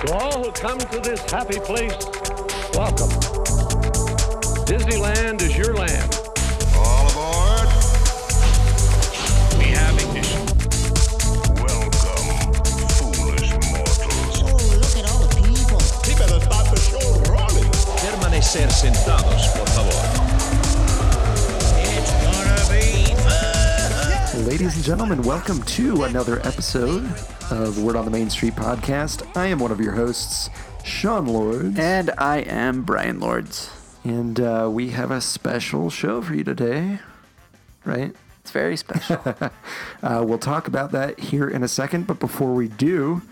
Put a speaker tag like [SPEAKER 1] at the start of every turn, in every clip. [SPEAKER 1] come to this happy place, welcome. Disneyland is your land.
[SPEAKER 2] All aboard.
[SPEAKER 3] We have ignition.
[SPEAKER 2] Welcome, foolish mortals.
[SPEAKER 4] Oh, look at all the people.
[SPEAKER 3] Permanecer sentados, por favor. It's gonna be
[SPEAKER 5] Ladies and gentlemen, welcome to another episode of Word on the Main Street podcast. I am one of your hosts, Sean Lord,
[SPEAKER 6] And I am Brian Lords.
[SPEAKER 5] and uh, we have a special show for you today, right?
[SPEAKER 6] It's very special.
[SPEAKER 5] Uh, we'll talk about that here in a second, but before we do,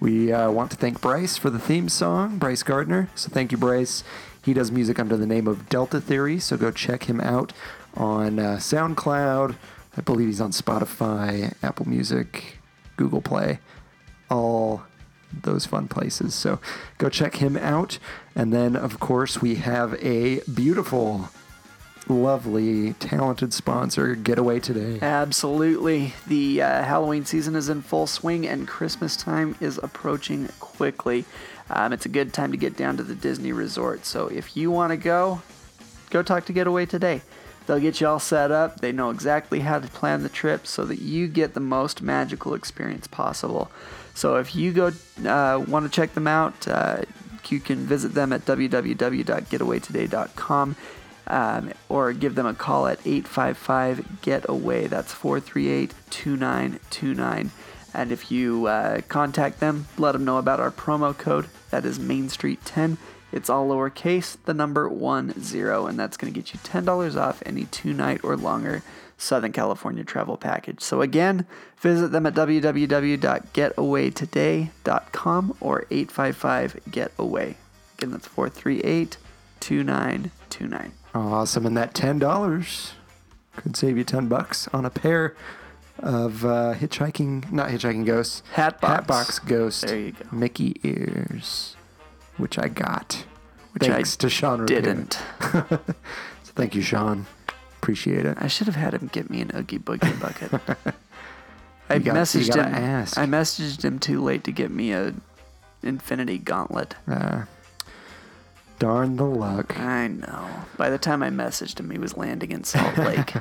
[SPEAKER 5] we uh, want to thank Bryce for the theme song, Bryce Gardner. So thank you, Bryce. He does music under the name of Delta Theory, so go check him out on uh, SoundCloud. I believe he's on Spotify, Apple Music, Google Play, all those fun places. So go check him out. And then, of course, we have a beautiful, lovely, talented sponsor, Getaway Today.
[SPEAKER 6] Absolutely. The uh, Halloween season is in full swing and Christmas time is approaching quickly. Um, it's a good time to get down to the Disney resort. So if you want to go, go talk to Getaway today. They'll get you all set up. They know exactly how to plan the trip so that you get the most magical experience possible. So if you go uh, want to check them out, uh, you can visit them at www.getawaytoday.com um, or give them a call at 855 GETAWAY. That's 438 2929. And if you uh, contact them, let them know about our promo code. That is Main Street 10. It's all lowercase, the number one zero, and that's going to get you $10 off any two night or longer Southern California travel package. So again, visit them at www.getawaytoday.com or 855 GETAWAY. Again, that's 438 2929.
[SPEAKER 5] Awesome, and that ten dollars could save you ten bucks on a pair of uh, hitchhiking, not hitchhiking ghosts,
[SPEAKER 6] Hat box.
[SPEAKER 5] hatbox ghost,
[SPEAKER 6] There you go.
[SPEAKER 5] Mickey ears, which I got,
[SPEAKER 6] Which I
[SPEAKER 5] thanks to Sean. Rapier.
[SPEAKER 6] Didn't.
[SPEAKER 5] So thank you, Sean. Appreciate it.
[SPEAKER 6] I should have had him get me an Oogie Boogie bucket. I
[SPEAKER 5] You got- you
[SPEAKER 6] messaged
[SPEAKER 5] gotta
[SPEAKER 6] him.
[SPEAKER 5] ask.
[SPEAKER 6] I messaged him too late to get me a Infinity Gauntlet.
[SPEAKER 5] Uh, darn the luck. You
[SPEAKER 6] I know. By the time I messaged him, he was landing in Salt Lake.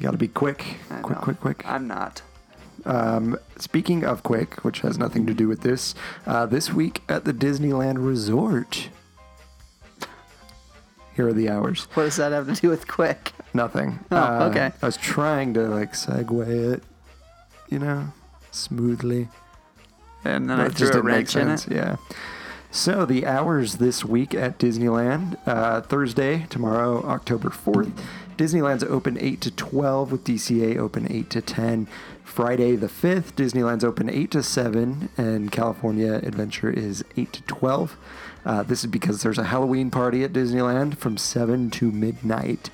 [SPEAKER 5] got to be quick,
[SPEAKER 6] I
[SPEAKER 5] quick,
[SPEAKER 6] know.
[SPEAKER 5] quick, quick. Um,
[SPEAKER 6] I'm not.
[SPEAKER 5] Speaking of quick, which has nothing to do with this, uh, this week at the Disneyland Resort. Here are the hours.
[SPEAKER 6] What does that have to do with quick?
[SPEAKER 5] Nothing. Uh,
[SPEAKER 6] Oh, okay.
[SPEAKER 5] I was trying to like segue it, you know, smoothly.
[SPEAKER 6] And then
[SPEAKER 5] but
[SPEAKER 6] I
[SPEAKER 5] it
[SPEAKER 6] threw a
[SPEAKER 5] didn't make
[SPEAKER 6] wrench in it.
[SPEAKER 5] sense, Yeah. So the hours this week at Disneyland, uh, Thursday, tomorrow, October 4th, Disneyland's open 8 to 12 with DCA open 8 to 10. Friday the 5th, Disneyland's open 8 to 7 and California Adventure is 8 to 12. Uh, this is because there's a Halloween party at Disneyland from 7 to midnight.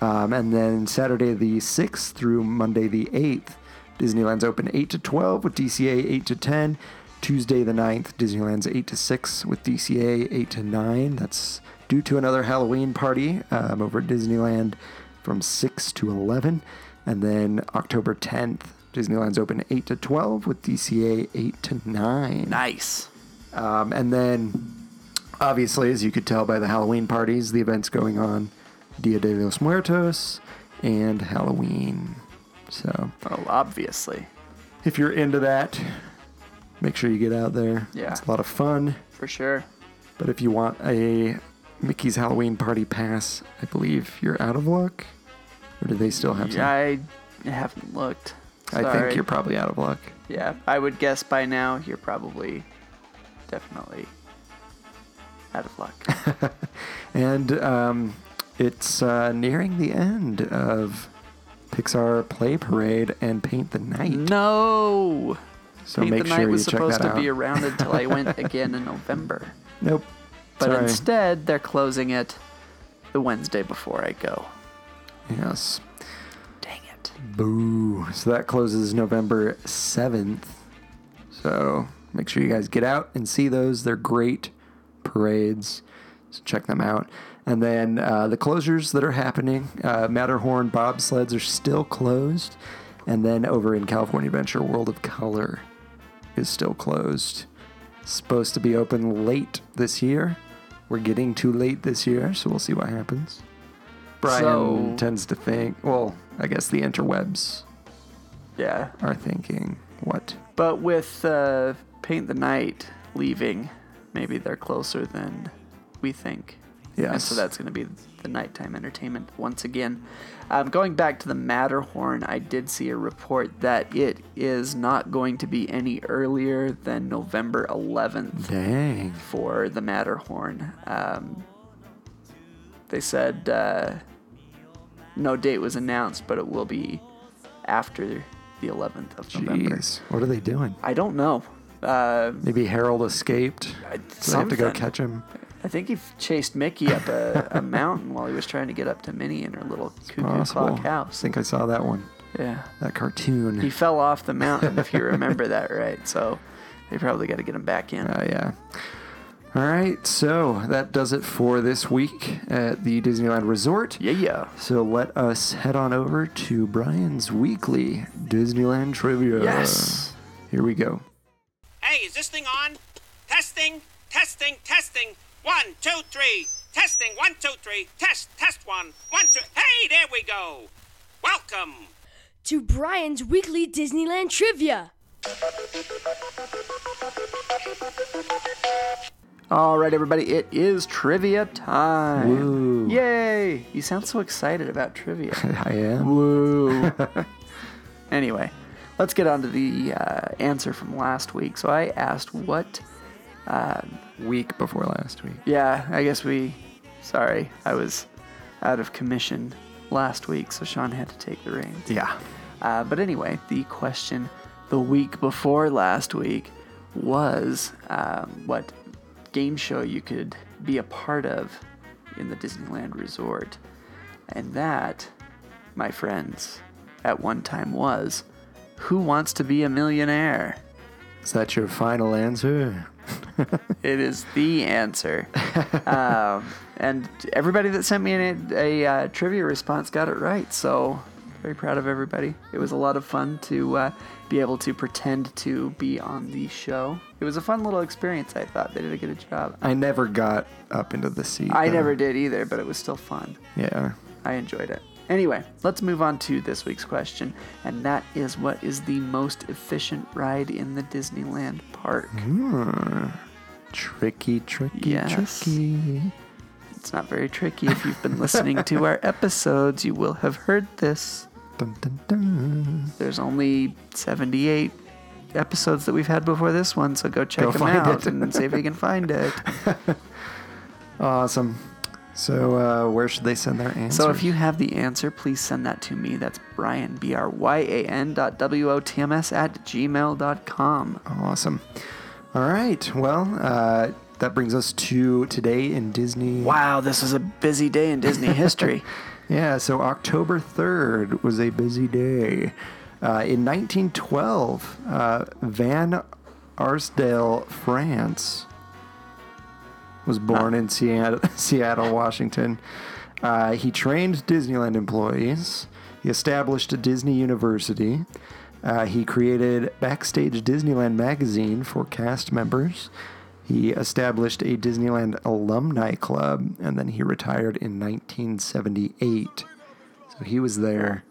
[SPEAKER 5] Um, and then Saturday the 6th through Monday the 8th, Disneyland's open 8 to 12 with DCA 8 to 10. Tuesday the 9th, Disneyland's 8 to 6 with DCA 8 to 9. That's due to another Halloween party um, over at Disneyland from 6 to 11. And then October 10th, Disneyland's open 8 to 12 with DCA 8 to 9.
[SPEAKER 6] Nice.
[SPEAKER 5] Um, and then, obviously, as you could tell by the Halloween parties, the events going on Dia de los Muertos and Halloween. So,
[SPEAKER 6] Well, obviously,
[SPEAKER 5] if you're into that, make sure you get out there.
[SPEAKER 6] Yeah.
[SPEAKER 5] It's a lot of fun.
[SPEAKER 6] for sure.
[SPEAKER 5] But if you want a Mickey's Halloween party pass, I believe you're out of luck. Or do they still have some?
[SPEAKER 6] I haven't looked.
[SPEAKER 5] I
[SPEAKER 6] Sorry.
[SPEAKER 5] think you're probably out of luck.
[SPEAKER 6] Yeah, I would guess by now you're probably definitely out of luck.
[SPEAKER 5] And um, it's uh, nearing the end of Pixar Play Parade and Paint the Night.
[SPEAKER 6] no.
[SPEAKER 5] So
[SPEAKER 6] Paint
[SPEAKER 5] make
[SPEAKER 6] the
[SPEAKER 5] sure
[SPEAKER 6] Night
[SPEAKER 5] you
[SPEAKER 6] was
[SPEAKER 5] check
[SPEAKER 6] supposed
[SPEAKER 5] that
[SPEAKER 6] to be
[SPEAKER 5] out.
[SPEAKER 6] around until I went again in November.
[SPEAKER 5] Nope.
[SPEAKER 6] But
[SPEAKER 5] Sorry.
[SPEAKER 6] instead, they're closing it the Wednesday before I go.
[SPEAKER 5] Yes.
[SPEAKER 6] Dang it.
[SPEAKER 5] Boo. So that closes November 7th. So make sure you guys get out and see those. They're great parades. So check them out. And then uh, the closures that are happening uh, Matterhorn bobsleds are still closed. And then over in California Adventure, World of Color is still closed. Supposed to be open late this year. We're getting too late this year, so we'll see what happens. Brian
[SPEAKER 6] So-
[SPEAKER 5] tends to think, well, I guess the interwebs
[SPEAKER 6] Yeah.
[SPEAKER 5] are thinking, what?
[SPEAKER 6] But with uh, Paint the Night leaving, maybe they're closer than we think. And
[SPEAKER 5] Yes.
[SPEAKER 6] so that's going to be the nighttime entertainment once again. Um, going back to the Matterhorn, I did see a report that it is not going to be any earlier than November 11th
[SPEAKER 5] Dang.
[SPEAKER 6] for the Matterhorn. Um, they said uh, no date was announced, but it will be after the 11th of November.
[SPEAKER 5] Jeez. What are they doing?
[SPEAKER 6] I don't know. Uh,
[SPEAKER 5] Maybe Harold escaped. So they have to go
[SPEAKER 6] something.
[SPEAKER 5] catch him.
[SPEAKER 6] I think he chased Mickey up a, a mountain while he was trying to get up to Minnie in her little cuckoo
[SPEAKER 5] Possible.
[SPEAKER 6] clock
[SPEAKER 5] I
[SPEAKER 6] house.
[SPEAKER 5] think I saw that one.
[SPEAKER 6] Yeah.
[SPEAKER 5] That cartoon.
[SPEAKER 6] He fell off the mountain, if you remember that right. So they probably got to get him back in.
[SPEAKER 5] Uh, yeah. All right, so that does it for this week at the Disneyland Resort.
[SPEAKER 6] yeah, yeah.
[SPEAKER 5] So let us head on over to Brian's weekly Disneyland trivia.
[SPEAKER 6] Yes.
[SPEAKER 5] Here we go.
[SPEAKER 4] Hey, is this thing on? Testing, testing, testing. One, two, three. Testing, one, two, three. Test, test one, one, two. Hey, there we go. Welcome.
[SPEAKER 7] to Brian's weekly Disneyland trivia.
[SPEAKER 6] All right, everybody. It is trivia
[SPEAKER 5] Woo.
[SPEAKER 6] time. Yay. You sound so excited about trivia.
[SPEAKER 5] I am.
[SPEAKER 6] Woo. anyway, let's get on to the uh, answer from last week. So I asked what.
[SPEAKER 5] Week before last week.
[SPEAKER 6] Yeah, I guess we. Sorry, I was out of commission last week, so Sean had to take the reins.
[SPEAKER 5] Yeah.
[SPEAKER 6] Uh, but anyway, the question the week before last week was um, what game show you could be a part of in the Disneyland Resort. And that, my friends, at one time was Who Wants to Be a Millionaire?
[SPEAKER 5] Is that your final answer?
[SPEAKER 6] It is the answer. um, and everybody that sent me an, a uh, trivia response got it right. So, very proud of everybody. It was a lot of fun to uh, be able to pretend to be on the show. It was a fun little experience, I thought. They did a good job.
[SPEAKER 5] I never got up into the seat.
[SPEAKER 6] I
[SPEAKER 5] though.
[SPEAKER 6] never did either, but it was still fun.
[SPEAKER 5] Yeah.
[SPEAKER 6] I enjoyed it. Anyway, let's move on to this week's question, and that is what is the most efficient ride in the Disneyland park?
[SPEAKER 5] Hmm. Tricky, tricky,
[SPEAKER 6] Yes.
[SPEAKER 5] tricky.
[SPEAKER 6] It's not very tricky. If you've been listening to our episodes, you will have heard this.
[SPEAKER 5] Dun, dun, dun.
[SPEAKER 6] There's only 78 episodes that we've had before this one, so go check
[SPEAKER 5] Go
[SPEAKER 6] them
[SPEAKER 5] find
[SPEAKER 6] out
[SPEAKER 5] it.
[SPEAKER 6] and see if you can find it.
[SPEAKER 5] Awesome. So, uh, where should they send their answer?
[SPEAKER 6] So if you have the answer, please send that to me. That's Brian, B R Y A N dot W O T M S at gmail.com.
[SPEAKER 5] Oh, Awesome. All right. Well, uh, that brings us to today in Disney.
[SPEAKER 6] Wow, this was a busy day in Disney history.
[SPEAKER 5] Yeah, so October 3rd was a busy day. Uh, in 1912, uh, Van Arsdale, France, was born in Seattle, Seattle Washington. Uh, he trained Disneyland employees. He established a Disney university. Uh, he created Backstage Disneyland magazine for cast members. He established a Disneyland alumni club, and then he retired in 1978. So he was there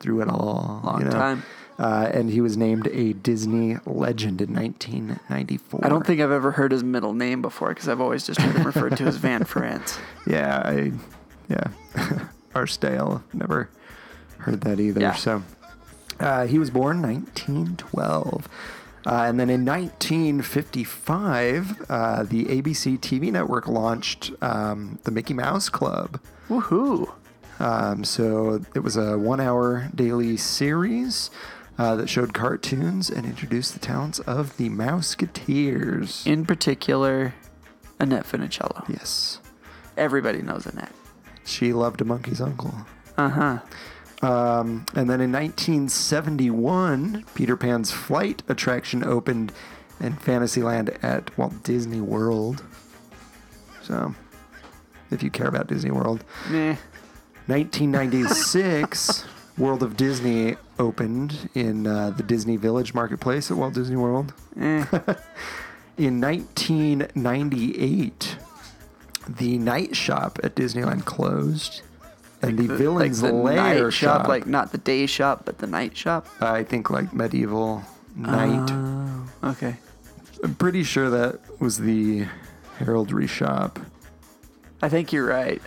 [SPEAKER 5] through it all.
[SPEAKER 6] Long time.
[SPEAKER 5] Uh, and he was named a Disney legend in 1994.
[SPEAKER 6] I don't think I've ever heard his middle name before because I've always just heard him referred to as Van France.
[SPEAKER 5] Yeah, I, yeah. Arsdale. Never heard that either.
[SPEAKER 6] Yeah.
[SPEAKER 5] So uh, he was born 1912. Uh, and then in 1955, uh, the ABC TV network launched um, the Mickey Mouse Club.
[SPEAKER 6] Woohoo!
[SPEAKER 5] Um, so it was a one hour daily series uh, that showed cartoons and introduced the talents of the Mouseketeers.
[SPEAKER 6] In particular, Annette Funicello.
[SPEAKER 5] Yes.
[SPEAKER 6] Everybody knows Annette.
[SPEAKER 5] She loved a monkey's uncle. Uh huh. Um, and then in 1971, Peter Pan's flight attraction opened in Fantasyland at Walt Disney World. So, if you care about Disney World,
[SPEAKER 6] Meh.
[SPEAKER 5] 1996, World of Disney
[SPEAKER 6] Eh.
[SPEAKER 5] opened in uh, the Disney Village Marketplace at Walt Disney World. In 1998, the night shop at Disneyland closed, and the villain's
[SPEAKER 6] like the
[SPEAKER 5] lair
[SPEAKER 6] night shop, like not the day shop, but the night shop.
[SPEAKER 5] I think like medieval night.
[SPEAKER 6] Ah. Okay,
[SPEAKER 5] I'm pretty sure that was the heraldry shop,
[SPEAKER 6] I think you're right.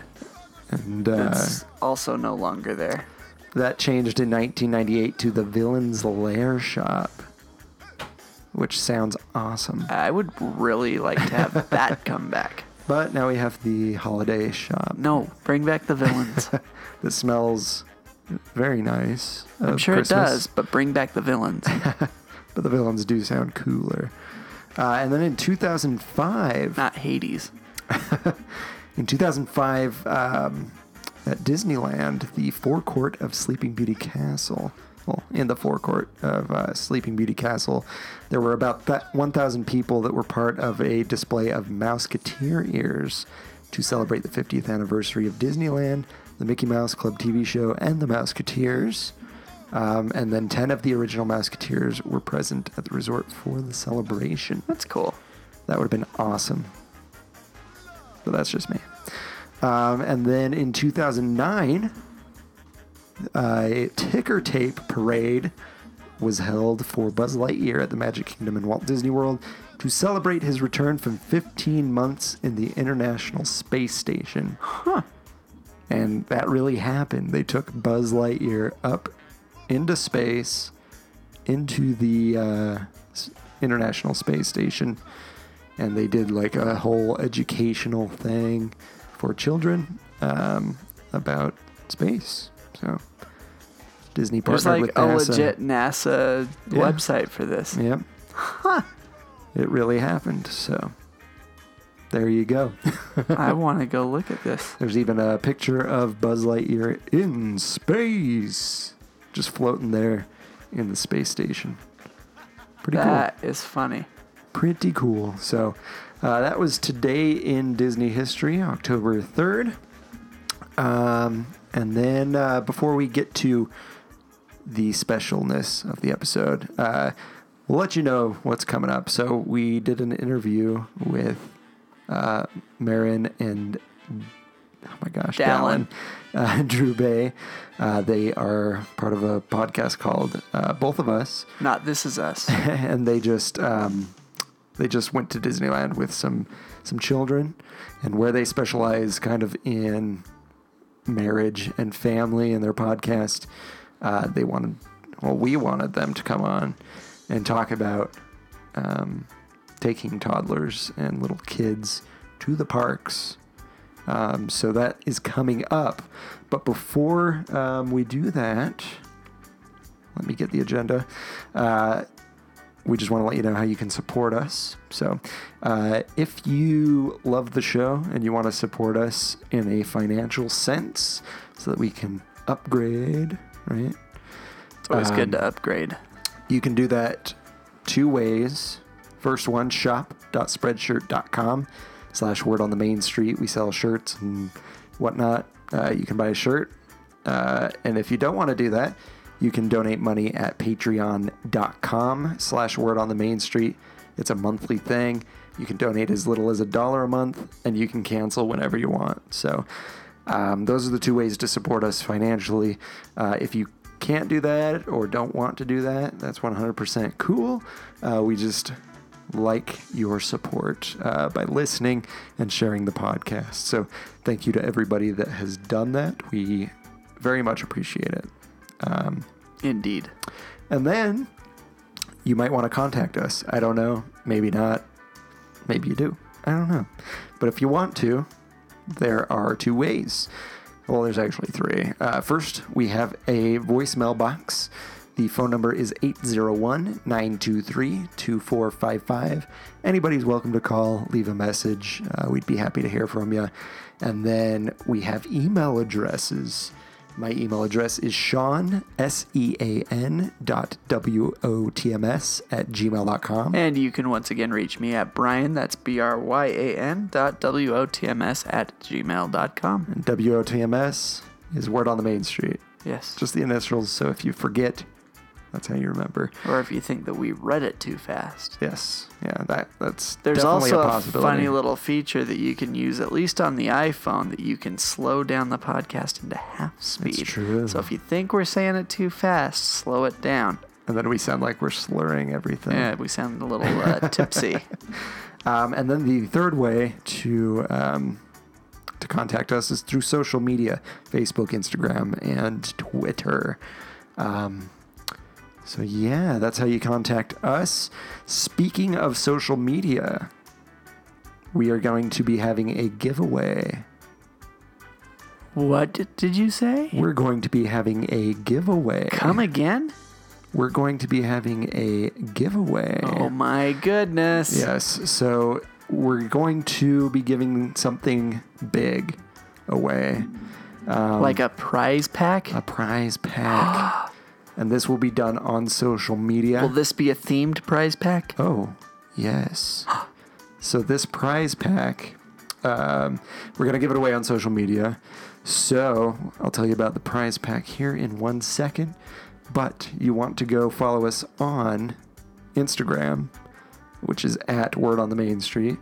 [SPEAKER 5] and uh,
[SPEAKER 6] It's also no longer there.
[SPEAKER 5] that changed in 1998 to the villain's lair shop, which sounds awesome.
[SPEAKER 6] I would really like to have that come back.
[SPEAKER 5] But now we have the holiday shop
[SPEAKER 6] No, bring back the villains.
[SPEAKER 5] that smells very nice.
[SPEAKER 6] I'm sure it does, but bring back the villains.
[SPEAKER 5] But the villains do sound cooler. Uh, and then in 2005,
[SPEAKER 6] Not Hades.
[SPEAKER 5] in 2005, um, at Disneyland, the forecourt of Sleeping Beauty Castle. Well, in the forecourt of uh, Sleeping Beauty Castle, there were about th- 1,000 people that were part of a display of Mouseketeer ears to celebrate the 50th anniversary of Disneyland, the Mickey Mouse Club TV show, and the Mouseketeers. Um, and then 10 of the original Mouseketeers were present at the resort for the celebration.
[SPEAKER 6] That's cool.
[SPEAKER 5] That would have been awesome. But that's just me. Um, and then in 2009, a uh, ticker tape parade was held for Buzz Lightyear at the Magic Kingdom in Walt Disney World to celebrate his return from 15 months in the International Space Station. Huh. And that really happened. They took Buzz Lightyear up into space, into the uh, s- International Space Station and they did like a whole educational thing for children um, about space. So Disney
[SPEAKER 6] There's
[SPEAKER 5] partnered
[SPEAKER 6] like
[SPEAKER 5] with NASA.
[SPEAKER 6] a legit NASA
[SPEAKER 5] Yeah.
[SPEAKER 6] website for this.
[SPEAKER 5] Yep. It really happened. So there you go.
[SPEAKER 6] I want to go look at this.
[SPEAKER 5] There's even a picture of Buzz Lightyear in space, just floating there in the space station. Pretty cool.
[SPEAKER 6] That is funny.
[SPEAKER 5] pretty cool. So uh, that was today in Disney history, October 3rd. Um, and then uh, before we get to the specialness of the episode, uh, we'll let you know what's coming up. So we did an interview with uh, Marin and oh my gosh, Dallin,
[SPEAKER 6] Dallin.
[SPEAKER 5] uh, Drew Bay. Uh, they are part of a podcast called uh, Both of Us
[SPEAKER 6] Not this is us.
[SPEAKER 5] and they just um, they just went to Disneyland with some some children, and where they specialize kind of in marriage and family in their podcast, uh, they wanted well we wanted them to come on and talk about um, taking toddlers and little kids to the parks. Um, so that is coming up, but before um, we do that. Let me get the agenda. Uh, we just want to let you know how you can support us. So, uh, if you love the show and you want to support us in a financial sense so that we can upgrade, right?
[SPEAKER 6] It's always good
[SPEAKER 5] Um,
[SPEAKER 6] to upgrade.
[SPEAKER 5] You can do that two ways. First one, shop.spreadshirt.com slash word on the main street. We sell shirts and whatnot. Uh, you can buy a shirt. Uh, and if you don't want to do that, you can donate money at patreon.com slash word on the main street. It's a monthly thing. You can donate as little as a dollar a month and you can cancel whenever you want. So um, those are the two ways to support us financially. Uh, if you can't do that or don't want to do that, that's 100% cool. Uh, we just like your support uh, by listening and sharing the podcast. So thank you to everybody that has done that. We very much appreciate it.
[SPEAKER 6] Indeed.
[SPEAKER 5] And then you might want to contact us. I don't know. Maybe not. Maybe you do. I don't know. But if you want to, there are two ways. Well, there's actually three. Uh, first, we have a voicemail box. The phone number is 801 923 2455. Anybody's welcome to call, leave a message. Uh, we'd be happy to hear from you. And then we have email addresses. My email address is Sean, S E A N dot W O T M S at gmail.com.
[SPEAKER 6] And you can once again reach me at Brian, that's B R Y A N dot W O T M S at gmail dot com.
[SPEAKER 5] W O T M S is Word on the Main Street.
[SPEAKER 6] Yes.
[SPEAKER 5] Just the initials. So if you forget, That's how you remember.
[SPEAKER 6] or if you think that we read it too fast.
[SPEAKER 5] Yes. Yeah. That that's
[SPEAKER 6] There's
[SPEAKER 5] definitely
[SPEAKER 6] also
[SPEAKER 5] a
[SPEAKER 6] a,
[SPEAKER 5] possibility.
[SPEAKER 6] funny little feature that you can use, at least on the iPhone, that you can slow down the podcast into half speed.
[SPEAKER 5] true.
[SPEAKER 6] So if you think we're saying it too fast, slow it down.
[SPEAKER 5] and then we sound like we're slurring everything.
[SPEAKER 6] Yeah, we sound a little uh, tipsy.
[SPEAKER 5] Um, and then the third way to um, to contact us is through social media: Facebook, Instagram, and Twitter. Um, so yeah, that's how you contact us. Speaking of social media, we are going to be having a giveaway.
[SPEAKER 6] what did- did you say?
[SPEAKER 5] We're going to be having a giveaway.
[SPEAKER 6] Come again?
[SPEAKER 5] We're going to be having a giveaway.
[SPEAKER 6] Oh my goodness.
[SPEAKER 5] Yes. So we're going to be giving something big away um,
[SPEAKER 6] like a prize pack?
[SPEAKER 5] a prize pack. and this will be done on social media.
[SPEAKER 6] Will this be a themed prize pack?
[SPEAKER 5] oh, yes. so this prize pack, um, we're going to give it away on social media. So I'll tell you about the prize pack here in one second. But you want to go follow us on Instagram, which is at Word on the Main Street.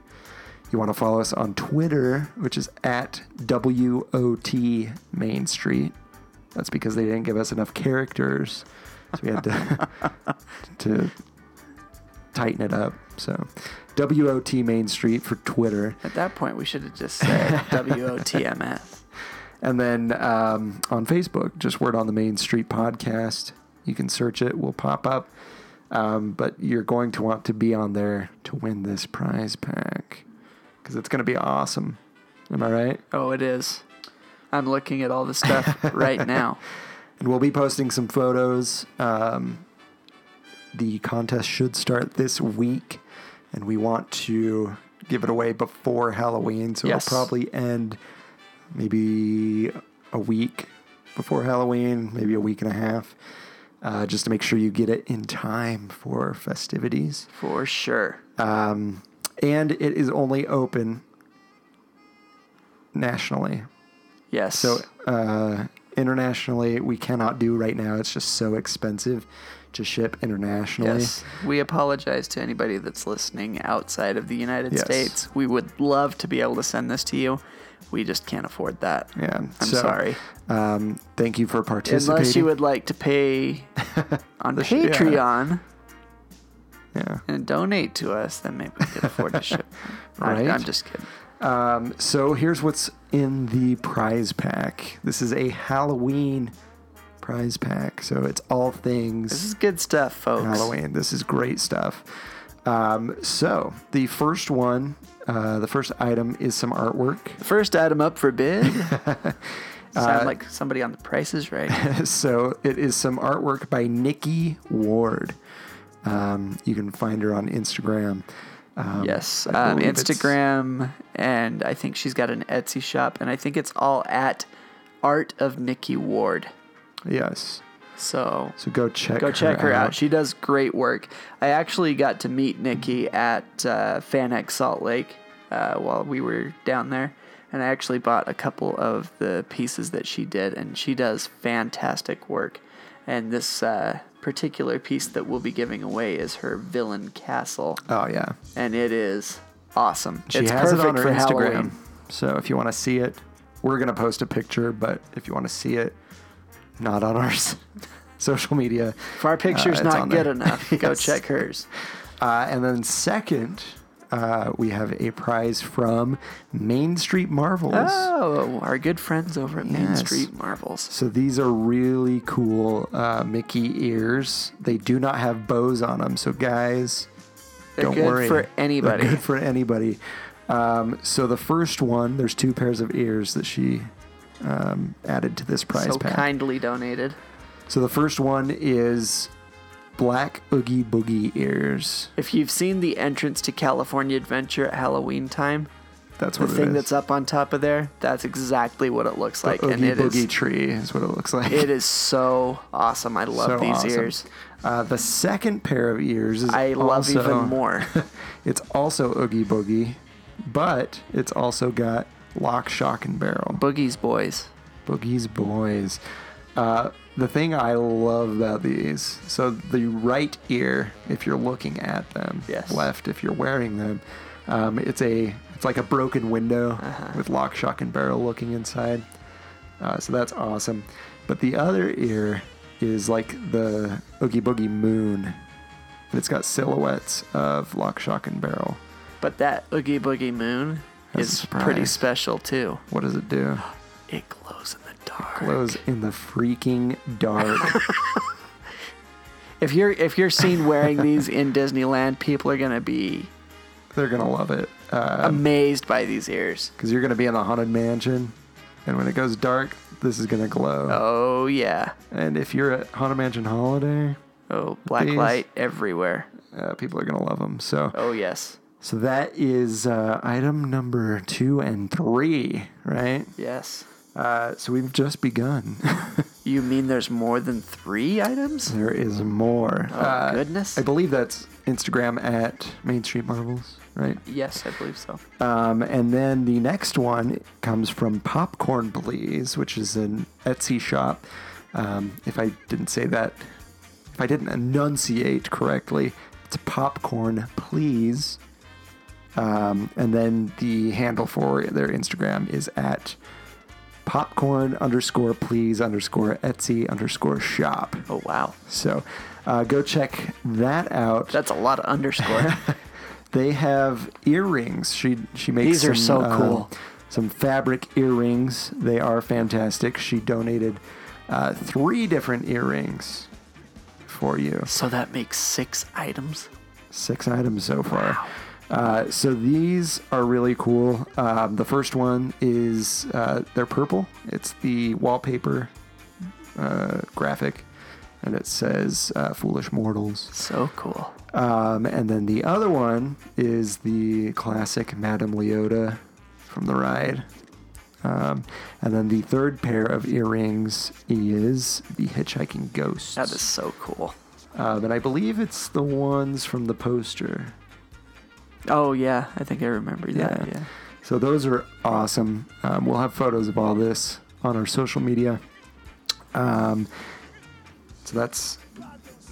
[SPEAKER 5] You want to follow us on Twitter, which is at WOT Main Street. That's because they didn't give us enough characters. So we had to, to tighten it up. So WOT Main Street for Twitter.
[SPEAKER 6] At that point, we should have just said WOTMF.
[SPEAKER 5] And then um, on Facebook, just Word on the Main Street podcast. You can search it, will pop up. Um, but you're going to want to be on there to win this prize pack because it's going to be awesome. Am I right?
[SPEAKER 6] Oh, it is. I'm looking at all the stuff right now.
[SPEAKER 5] And we'll be posting some photos. Um, the contest should start this week, and we want to give it away before Halloween. So
[SPEAKER 6] Yes.
[SPEAKER 5] it'll probably end maybe a week before Halloween, maybe a week and a half, uh, just to make sure you get it in time for festivities.
[SPEAKER 6] For sure.
[SPEAKER 5] Um, and it is only open nationally.
[SPEAKER 6] Yes.
[SPEAKER 5] So uh, internationally, we cannot do right now. It's just so expensive to ship internationally.
[SPEAKER 6] yes, we apologize to anybody that's listening outside of the United
[SPEAKER 5] Yes.
[SPEAKER 6] States. We would love to be able to send this to you. We just can't afford that.
[SPEAKER 5] Yeah,
[SPEAKER 6] I'm
[SPEAKER 5] so,
[SPEAKER 6] sorry.
[SPEAKER 5] Um, thank you for participating.
[SPEAKER 6] Unless you would like to pay on
[SPEAKER 5] sh- yeah.
[SPEAKER 6] Patreon
[SPEAKER 5] Yeah.
[SPEAKER 6] and donate to us, then maybe we could afford to ship. I-
[SPEAKER 5] Right?
[SPEAKER 6] I'm just kidding.
[SPEAKER 5] So here's what's in the prize pack. This is a Halloween prize pack, so it's all things.
[SPEAKER 6] This is good stuff, folks.
[SPEAKER 5] Halloween. This is great stuff. Um, so the first one, uh, the first item is some artwork.
[SPEAKER 6] First item up for bid. Uh, Sound like somebody on the prices, right?
[SPEAKER 5] so it is some artwork by Nikki Ward. Um, you can find her on Instagram. Um,
[SPEAKER 6] Yes,
[SPEAKER 5] I
[SPEAKER 6] um,
[SPEAKER 5] believe it's-
[SPEAKER 6] Instagram, and I think she's got an Etsy shop, and I think it's all at Art of Nikki Ward.
[SPEAKER 5] Yes.
[SPEAKER 6] So
[SPEAKER 5] So go check.
[SPEAKER 6] go check her out.
[SPEAKER 5] She
[SPEAKER 6] She does great work. I actually got to meet Nikki at uh, FanX Salt Lake uh, while we were down there, and I actually bought a couple of the pieces that she did, and she does fantastic work. And this uh, particular piece that we'll be giving away is her villain castle
[SPEAKER 5] oh yeah.
[SPEAKER 6] and it is awesome.
[SPEAKER 5] She
[SPEAKER 6] it's
[SPEAKER 5] has it
[SPEAKER 6] perfect
[SPEAKER 5] on her
[SPEAKER 6] for
[SPEAKER 5] Instagram.
[SPEAKER 6] Halloween.
[SPEAKER 5] So if you want to see it, we're gonna post a picture. But if you want to see it, not on our s- social media. Uh,
[SPEAKER 6] If our picture's
[SPEAKER 5] it's
[SPEAKER 6] not
[SPEAKER 5] on
[SPEAKER 6] good
[SPEAKER 5] there.
[SPEAKER 6] enough, go
[SPEAKER 5] Yes.
[SPEAKER 6] check hers.
[SPEAKER 5] Uh, and then second, uh, we have a prize from Main Street Marvels.
[SPEAKER 6] Oh, our good friends over at Main
[SPEAKER 5] Yes.
[SPEAKER 6] Street Marvels.
[SPEAKER 5] So these are really cool uh, Mickey ears. They do not have bows on them, so guys,
[SPEAKER 6] They're
[SPEAKER 5] don't
[SPEAKER 6] good
[SPEAKER 5] worry.
[SPEAKER 6] for anybody.
[SPEAKER 5] They're good for anybody. Um, so the first one, there's two pairs of ears that she um, added to this prize
[SPEAKER 6] So
[SPEAKER 5] pack.
[SPEAKER 6] kindly donated.
[SPEAKER 5] So the first one is black oogie boogie ears.
[SPEAKER 6] If you've seen the entrance to California Adventure at Halloween time,
[SPEAKER 5] That's
[SPEAKER 6] the
[SPEAKER 5] what
[SPEAKER 6] thing
[SPEAKER 5] it is.
[SPEAKER 6] that's up on top of there, that's exactly what it looks like,
[SPEAKER 5] the
[SPEAKER 6] and
[SPEAKER 5] oogie
[SPEAKER 6] it is
[SPEAKER 5] boogie tree is what it looks like.
[SPEAKER 6] it is so awesome. I
[SPEAKER 5] So
[SPEAKER 6] love these
[SPEAKER 5] awesome.
[SPEAKER 6] ears.
[SPEAKER 5] Uh, the second pair of ears is
[SPEAKER 6] I love
[SPEAKER 5] also-
[SPEAKER 6] even more.
[SPEAKER 5] It's also Oogie Boogie, but it's also got Lock, Shock, and Barrel.
[SPEAKER 6] Boogie's boys.
[SPEAKER 5] Boogie's Boys. Uh, The thing I love about these, so the right ear, if you're looking at them,
[SPEAKER 6] Yes.
[SPEAKER 5] left, if you're wearing them, um, it's a it's like a broken window with lock, shock, and barrel looking inside. Uh, so that's awesome. But the other ear is like the Oogie Boogie Moon, and it's got silhouettes of lock, shock, and barrel.
[SPEAKER 6] But that Oogie Boogie Moon
[SPEAKER 5] That's a
[SPEAKER 6] is
[SPEAKER 5] surprise.
[SPEAKER 6] pretty special too.
[SPEAKER 5] What does it do?
[SPEAKER 6] It glows in the dark.
[SPEAKER 5] Glows in the freaking dark.
[SPEAKER 6] If you're if you're seen wearing these in Disneyland, people are gonna be
[SPEAKER 5] They're gonna love it. Uh,
[SPEAKER 6] amazed by these ears.
[SPEAKER 5] because you're going to be in the haunted mansion and when it goes dark this is going to glow
[SPEAKER 6] Oh yeah.
[SPEAKER 5] and if you're at haunted mansion holiday
[SPEAKER 6] Oh, black
[SPEAKER 5] These-
[SPEAKER 6] light everywhere.
[SPEAKER 5] uh, people are going to love them so
[SPEAKER 6] Oh yes.
[SPEAKER 5] so that is uh, item number two and three right
[SPEAKER 6] Yes.
[SPEAKER 5] uh, so we've just begun
[SPEAKER 6] You mean there's more than three items?
[SPEAKER 5] there is more
[SPEAKER 6] Oh goodness.
[SPEAKER 5] i believe that's instagram at main street marvels right
[SPEAKER 6] yes, I believe so.
[SPEAKER 5] Um, and then the next one comes from Popcorn Please, which is an Etsy shop. Um, if I didn't say that, if I didn't enunciate correctly, it's Popcorn Please. Um, and then the handle for their Instagram is at popcorn underscore please underscore Etsy underscore shop.
[SPEAKER 6] Oh wow.
[SPEAKER 5] So uh, go check that out.
[SPEAKER 6] That's a lot of underscore.
[SPEAKER 5] They have earrings. She she makes
[SPEAKER 6] These are
[SPEAKER 5] some,
[SPEAKER 6] so
[SPEAKER 5] um,
[SPEAKER 6] cool.
[SPEAKER 5] some fabric earrings. They are fantastic. She donated uh, three different earrings for you.
[SPEAKER 6] so that makes six items.
[SPEAKER 5] Six items so far. Uh, so these are really cool. Um, the first one is uh, they're purple. It's the wallpaper uh, graphic, and it says uh, "Foolish Mortals."
[SPEAKER 6] So cool.
[SPEAKER 5] Um, and then the other one is the classic Madame Leota from the ride. Um, and then the third pair of earrings is the Hitchhiking Ghosts.
[SPEAKER 6] That is so cool.
[SPEAKER 5] Um, and I believe it's the ones from the poster.
[SPEAKER 6] Oh yeah, I think I remember that.
[SPEAKER 5] Yeah.
[SPEAKER 6] Yeah.
[SPEAKER 5] So those are awesome. Um, we'll have photos of all this on our social media. Um, so that's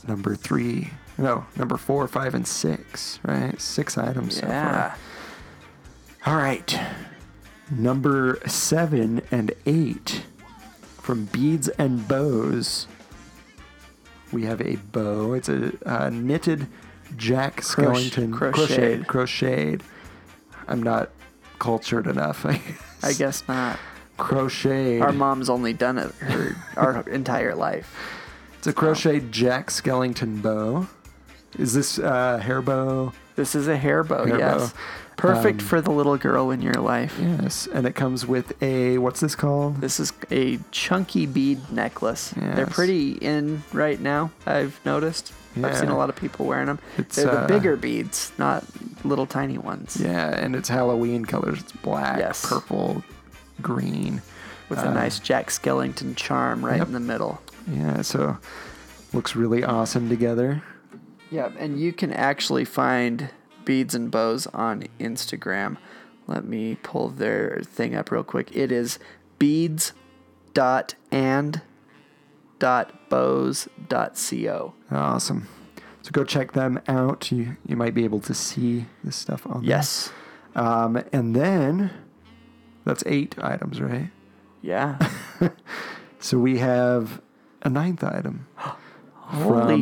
[SPEAKER 5] number three. No, number four, five, and six, right? Six items so far.
[SPEAKER 6] Yeah.
[SPEAKER 5] All right. Number seven and eight from Beads and Bows. We have a bow. It's a uh, knitted Jack
[SPEAKER 6] Croch-
[SPEAKER 5] Skellington crocheted.
[SPEAKER 6] crocheted.
[SPEAKER 5] Crocheted. I'm not cultured enough. I guess.
[SPEAKER 6] I guess not.
[SPEAKER 5] crocheted.
[SPEAKER 6] Our mom's only done it her our entire life.
[SPEAKER 5] it's a crocheted Jack Skellington bow. Is this uh, hair bow?
[SPEAKER 6] This is a hair bow, Um,
[SPEAKER 5] Hair
[SPEAKER 6] yes.
[SPEAKER 5] bow.
[SPEAKER 6] Perfect for the little girl in your life.
[SPEAKER 5] Yes, and it comes with a what's this called?
[SPEAKER 6] This is a chunky bead necklace. They're
[SPEAKER 5] Yes.
[SPEAKER 6] pretty in right now, I've noticed. I've seen
[SPEAKER 5] Yeah.
[SPEAKER 6] a lot of people wearing them.
[SPEAKER 5] It's,
[SPEAKER 6] They're the
[SPEAKER 5] uh,
[SPEAKER 6] bigger beads, not little tiny ones.
[SPEAKER 5] Yeah, and it's Halloween colors. It's black,
[SPEAKER 6] Yes.
[SPEAKER 5] purple, green.
[SPEAKER 6] With a nice Jack Skellington charm right
[SPEAKER 5] uh, yep.
[SPEAKER 6] in the middle.
[SPEAKER 5] Yeah, so looks really awesome together.
[SPEAKER 6] Yep, and you can actually find Beads and Bows on Instagram. Let me pull their thing up real quick. It is beads dot and dot bows dot co.
[SPEAKER 5] Awesome. So go check them out. You you might be able to see this stuff on there.
[SPEAKER 6] Yes.
[SPEAKER 5] Um, and then that's eight items, right?
[SPEAKER 6] Yeah.
[SPEAKER 5] So we have a ninth item.
[SPEAKER 6] Holy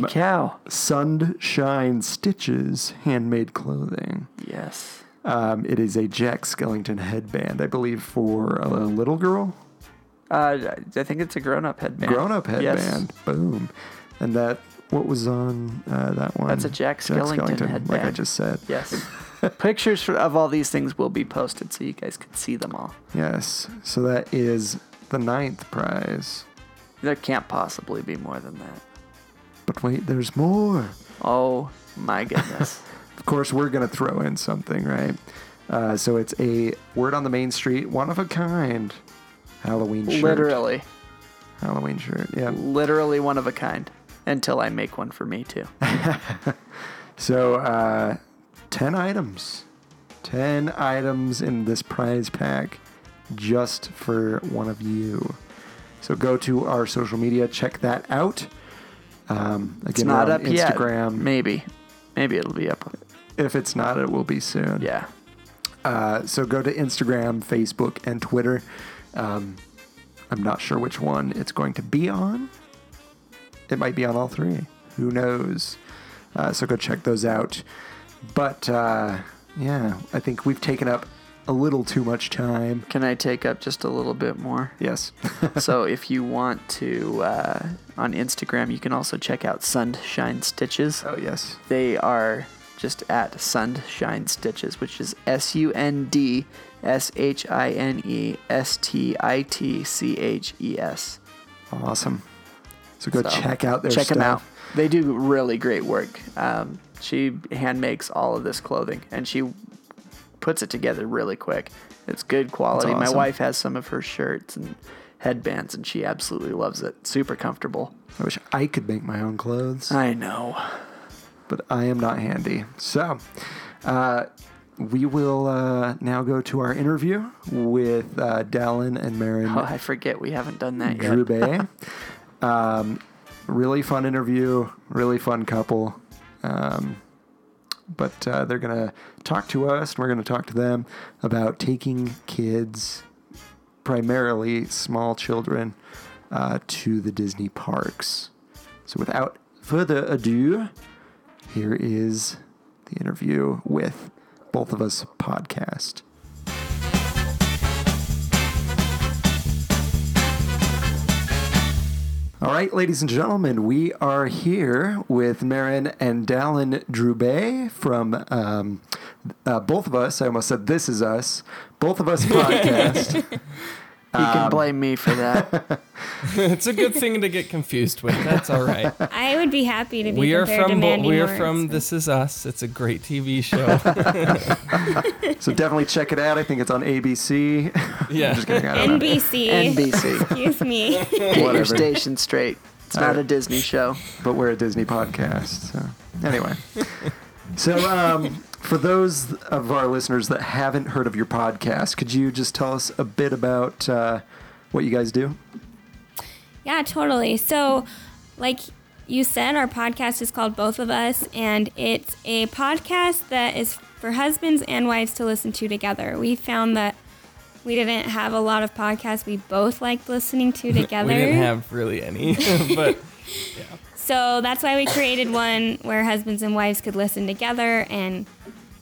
[SPEAKER 5] From-
[SPEAKER 6] cow.
[SPEAKER 5] Sunshine Stitches handmade clothing.
[SPEAKER 6] Yes.
[SPEAKER 5] Um, it is a Jack Skellington headband, I believe, for a little girl.
[SPEAKER 6] Uh, I think it's a grown-up headband.
[SPEAKER 5] grown-up
[SPEAKER 6] Yes.
[SPEAKER 5] headband. Boom. And that what was on uh, that one?
[SPEAKER 6] That's a Jack Skellington
[SPEAKER 5] like I
[SPEAKER 6] headband.
[SPEAKER 5] just said.
[SPEAKER 6] Yes. Pictures for, of all these things will be posted so you guys can see them all.
[SPEAKER 5] Yes. So that is the ninth prize.
[SPEAKER 6] There can't possibly be more than that.
[SPEAKER 5] But wait, there's more.
[SPEAKER 6] Oh my goodness.
[SPEAKER 5] Of course, we're gonna throw in something, right? Uh, so it's a word on the main street, one of a kind, Halloween shirt.
[SPEAKER 6] Literally.
[SPEAKER 5] Halloween shirt. Yeah.
[SPEAKER 6] literally one of a kind until I make one for me too.
[SPEAKER 5] So uh, ten items. Ten items in this prize pack, just for one of you. So go to our social media, check that out. Um, again,
[SPEAKER 6] It's not
[SPEAKER 5] we're
[SPEAKER 6] up
[SPEAKER 5] on Instagram.
[SPEAKER 6] yet. Maybe. Maybe it'll be up.
[SPEAKER 5] If it's not, it will be soon.
[SPEAKER 6] Yeah.
[SPEAKER 5] Uh, so go to Instagram, Facebook, and Twitter. Um, I'm not sure which one it's going to be on. It might be on all three. Who knows? Uh, so go check those out. But uh, yeah, I think we've taken up a little too much time.
[SPEAKER 6] Can I take up just a little bit more?
[SPEAKER 5] Yes.
[SPEAKER 6] so if you want to, uh, on Instagram, you can also check out Sunshine Stitches.
[SPEAKER 5] oh, yes.
[SPEAKER 6] They are just at Sunshine Stitches, which is S U N D S H I N E S T I T C H E S.
[SPEAKER 5] Awesome. So go
[SPEAKER 6] So,
[SPEAKER 5] check out their
[SPEAKER 6] check
[SPEAKER 5] stuff.
[SPEAKER 6] them out. They do really great work. Um, she hand makes all of this clothing, and she puts it together really quick. It's good quality. My
[SPEAKER 5] awesome.
[SPEAKER 6] wife has some of her shirts and headbands, and she absolutely loves it. Super comfortable.
[SPEAKER 5] I wish I could make my own clothes.
[SPEAKER 6] I know.
[SPEAKER 5] but I am not handy. So, uh, we will uh, now go to our interview with uh, Dallin and Marin
[SPEAKER 6] Oh, I forget we haven't done that yet.
[SPEAKER 5] Drube. um, really fun interview, really fun couple. Um, but uh, they're going to talk to us and we're going to talk to them about taking kids, primarily small children, uh, to the Disney parks. So without further ado, here is the interview with Both of Us Podcast. All right, ladies and gentlemen, we are here with Marin and Dallin Drube from um, uh, both of us. I almost said this is us. Both of us podcast.
[SPEAKER 6] You
[SPEAKER 5] Um,
[SPEAKER 6] can blame me for that.
[SPEAKER 8] It's a good thing to get confused with. That's all right.
[SPEAKER 9] I would be happy to be
[SPEAKER 8] we are
[SPEAKER 9] compared to
[SPEAKER 8] from Bo-
[SPEAKER 9] Mandy
[SPEAKER 8] we are
[SPEAKER 9] Moore.
[SPEAKER 8] from This Is Us. It's a great TV show.
[SPEAKER 5] so definitely check it out. I think it's on ABC.
[SPEAKER 8] yeah.
[SPEAKER 5] Just kidding, I don't know.
[SPEAKER 9] NBC.
[SPEAKER 6] NBC.
[SPEAKER 9] Excuse me.
[SPEAKER 6] Get your
[SPEAKER 5] Whatever.
[SPEAKER 6] station straight. It's not a Disney show.
[SPEAKER 5] But we're a Disney podcast. So anyway, so um, for those of our listeners that haven't heard of your podcast, could you just tell us a bit about uh, what you guys do?
[SPEAKER 9] Yeah, totally. So, like you said, our podcast is called Both of Us, and it's a podcast that is for husbands and wives to listen to together. We found that we didn't have a lot of podcasts we both liked listening to together.
[SPEAKER 8] We didn't have really any, but
[SPEAKER 9] So that's why we created one where husbands and wives could listen together and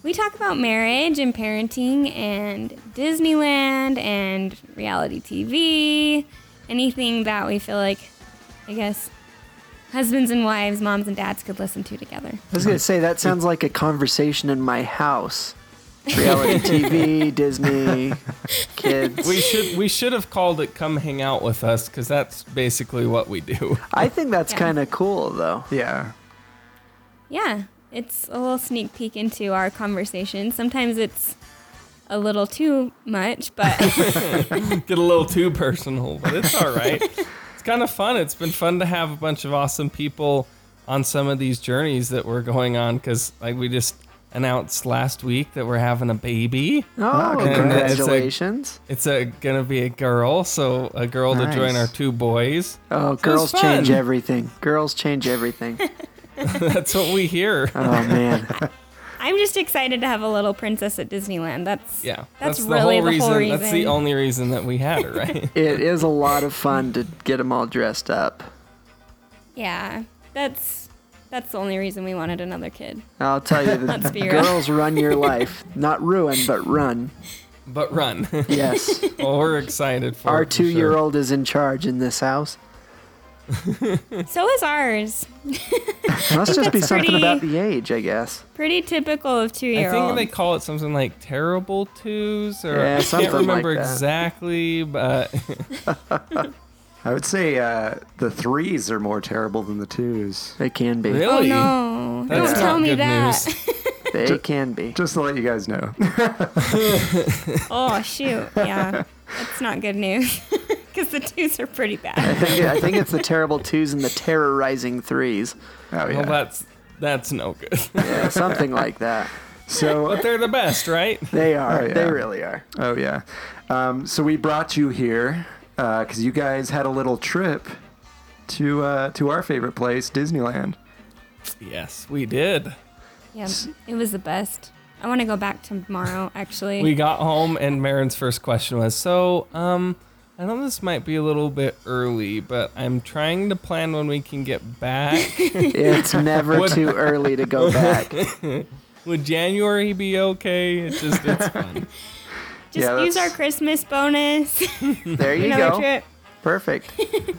[SPEAKER 9] we talk about marriage and parenting and Disneyland and reality TV, anything that we feel like, I guess, husbands and wives, moms and dads could listen to together.
[SPEAKER 6] I was gonna say that sounds like a conversation in my house. Reality TV, Disney, kids.
[SPEAKER 8] we should we should have called it "Come Hang Out with Us" because that's basically what we do.
[SPEAKER 6] I think that's
[SPEAKER 9] Yeah.
[SPEAKER 6] kind of cool though.
[SPEAKER 5] Yeah,
[SPEAKER 9] Yeah, it's a little sneak peek into our conversation. Sometimes it's a little too much, but
[SPEAKER 8] Get a little too personal, but it's all right. it's kind of fun. It's been fun to have a bunch of awesome people on some of these journeys that we're going on because like we just announced last week that we're having a baby.
[SPEAKER 6] Oh,
[SPEAKER 5] it's like-
[SPEAKER 6] congratulations!
[SPEAKER 8] It's a gonna be a girl, so a girl
[SPEAKER 5] Nice.
[SPEAKER 8] to join our two boys.
[SPEAKER 6] oh,
[SPEAKER 8] So it's
[SPEAKER 6] girls change
[SPEAKER 8] fun.
[SPEAKER 6] everything. Girls change everything.
[SPEAKER 8] That's what we hear.
[SPEAKER 6] Oh man,
[SPEAKER 9] I'm just excited to have a little princess at Disneyland. That's
[SPEAKER 8] Yeah,
[SPEAKER 9] That's
[SPEAKER 8] the
[SPEAKER 9] really
[SPEAKER 8] whole
[SPEAKER 9] the
[SPEAKER 8] reason.
[SPEAKER 9] whole
[SPEAKER 8] That's the
[SPEAKER 9] reason.
[SPEAKER 8] only reason that we had it, right?
[SPEAKER 6] it is a lot of fun to get them all dressed up.
[SPEAKER 9] Yeah, that's that's the only reason we wanted another kid.
[SPEAKER 6] I'll tell you, the
[SPEAKER 9] Let's be real.
[SPEAKER 6] girls run your life. Not ruin, but run.
[SPEAKER 8] but run.
[SPEAKER 6] Yes,
[SPEAKER 8] well, we're excited Oh, for
[SPEAKER 6] our
[SPEAKER 8] it, for sure.
[SPEAKER 6] two-year-old is in charge in this house.
[SPEAKER 9] So is ours.
[SPEAKER 6] Must just be something
[SPEAKER 9] pretty-
[SPEAKER 6] about the age, I guess.
[SPEAKER 9] Pretty typical of
[SPEAKER 8] I think
[SPEAKER 9] two-year-olds.
[SPEAKER 8] they call it something like terrible twos, or
[SPEAKER 6] Yeah,
[SPEAKER 8] I
[SPEAKER 6] something
[SPEAKER 8] can't remember
[SPEAKER 6] like that.
[SPEAKER 8] exactly, but
[SPEAKER 5] I would say uh, the threes are more terrible than the twos.
[SPEAKER 6] They can be.
[SPEAKER 8] really,
[SPEAKER 9] oh no!
[SPEAKER 8] that's
[SPEAKER 9] Don't
[SPEAKER 8] not
[SPEAKER 9] tell me
[SPEAKER 8] good
[SPEAKER 9] that.
[SPEAKER 8] news.
[SPEAKER 6] They can be.
[SPEAKER 5] Just to let you guys know.
[SPEAKER 9] oh shoot! Yeah, that's not good news. Because the twos are pretty
[SPEAKER 6] I
[SPEAKER 9] bad.
[SPEAKER 6] think, I think it's the terrible twos and the terrorizing threes.
[SPEAKER 5] Oh,
[SPEAKER 8] Well,
[SPEAKER 5] yeah.
[SPEAKER 8] that's that's no good.
[SPEAKER 6] Yeah, something like that.
[SPEAKER 5] So,
[SPEAKER 8] but they're the best, right?
[SPEAKER 6] They are.
[SPEAKER 5] Oh, yeah.
[SPEAKER 6] They really are.
[SPEAKER 5] oh, yeah. Um, so, we brought you here because you guys had a little trip to uh, to our favorite place, Disneyland.
[SPEAKER 8] Yes, we did.
[SPEAKER 9] Yeah, it was the best. I want to go back tomorrow, actually.
[SPEAKER 8] We got home, and Marin's first question was, "So, um, I know this might be a little bit early, but I'm trying to plan when we can get back.
[SPEAKER 6] It's never too early to go back.
[SPEAKER 8] Would January be okay? It's just it's fun.
[SPEAKER 9] Just
[SPEAKER 5] Yeah,
[SPEAKER 9] use our
[SPEAKER 5] that's-
[SPEAKER 9] Christmas bonus.
[SPEAKER 6] There you
[SPEAKER 9] Another
[SPEAKER 6] go.
[SPEAKER 9] trip.
[SPEAKER 6] Perfect.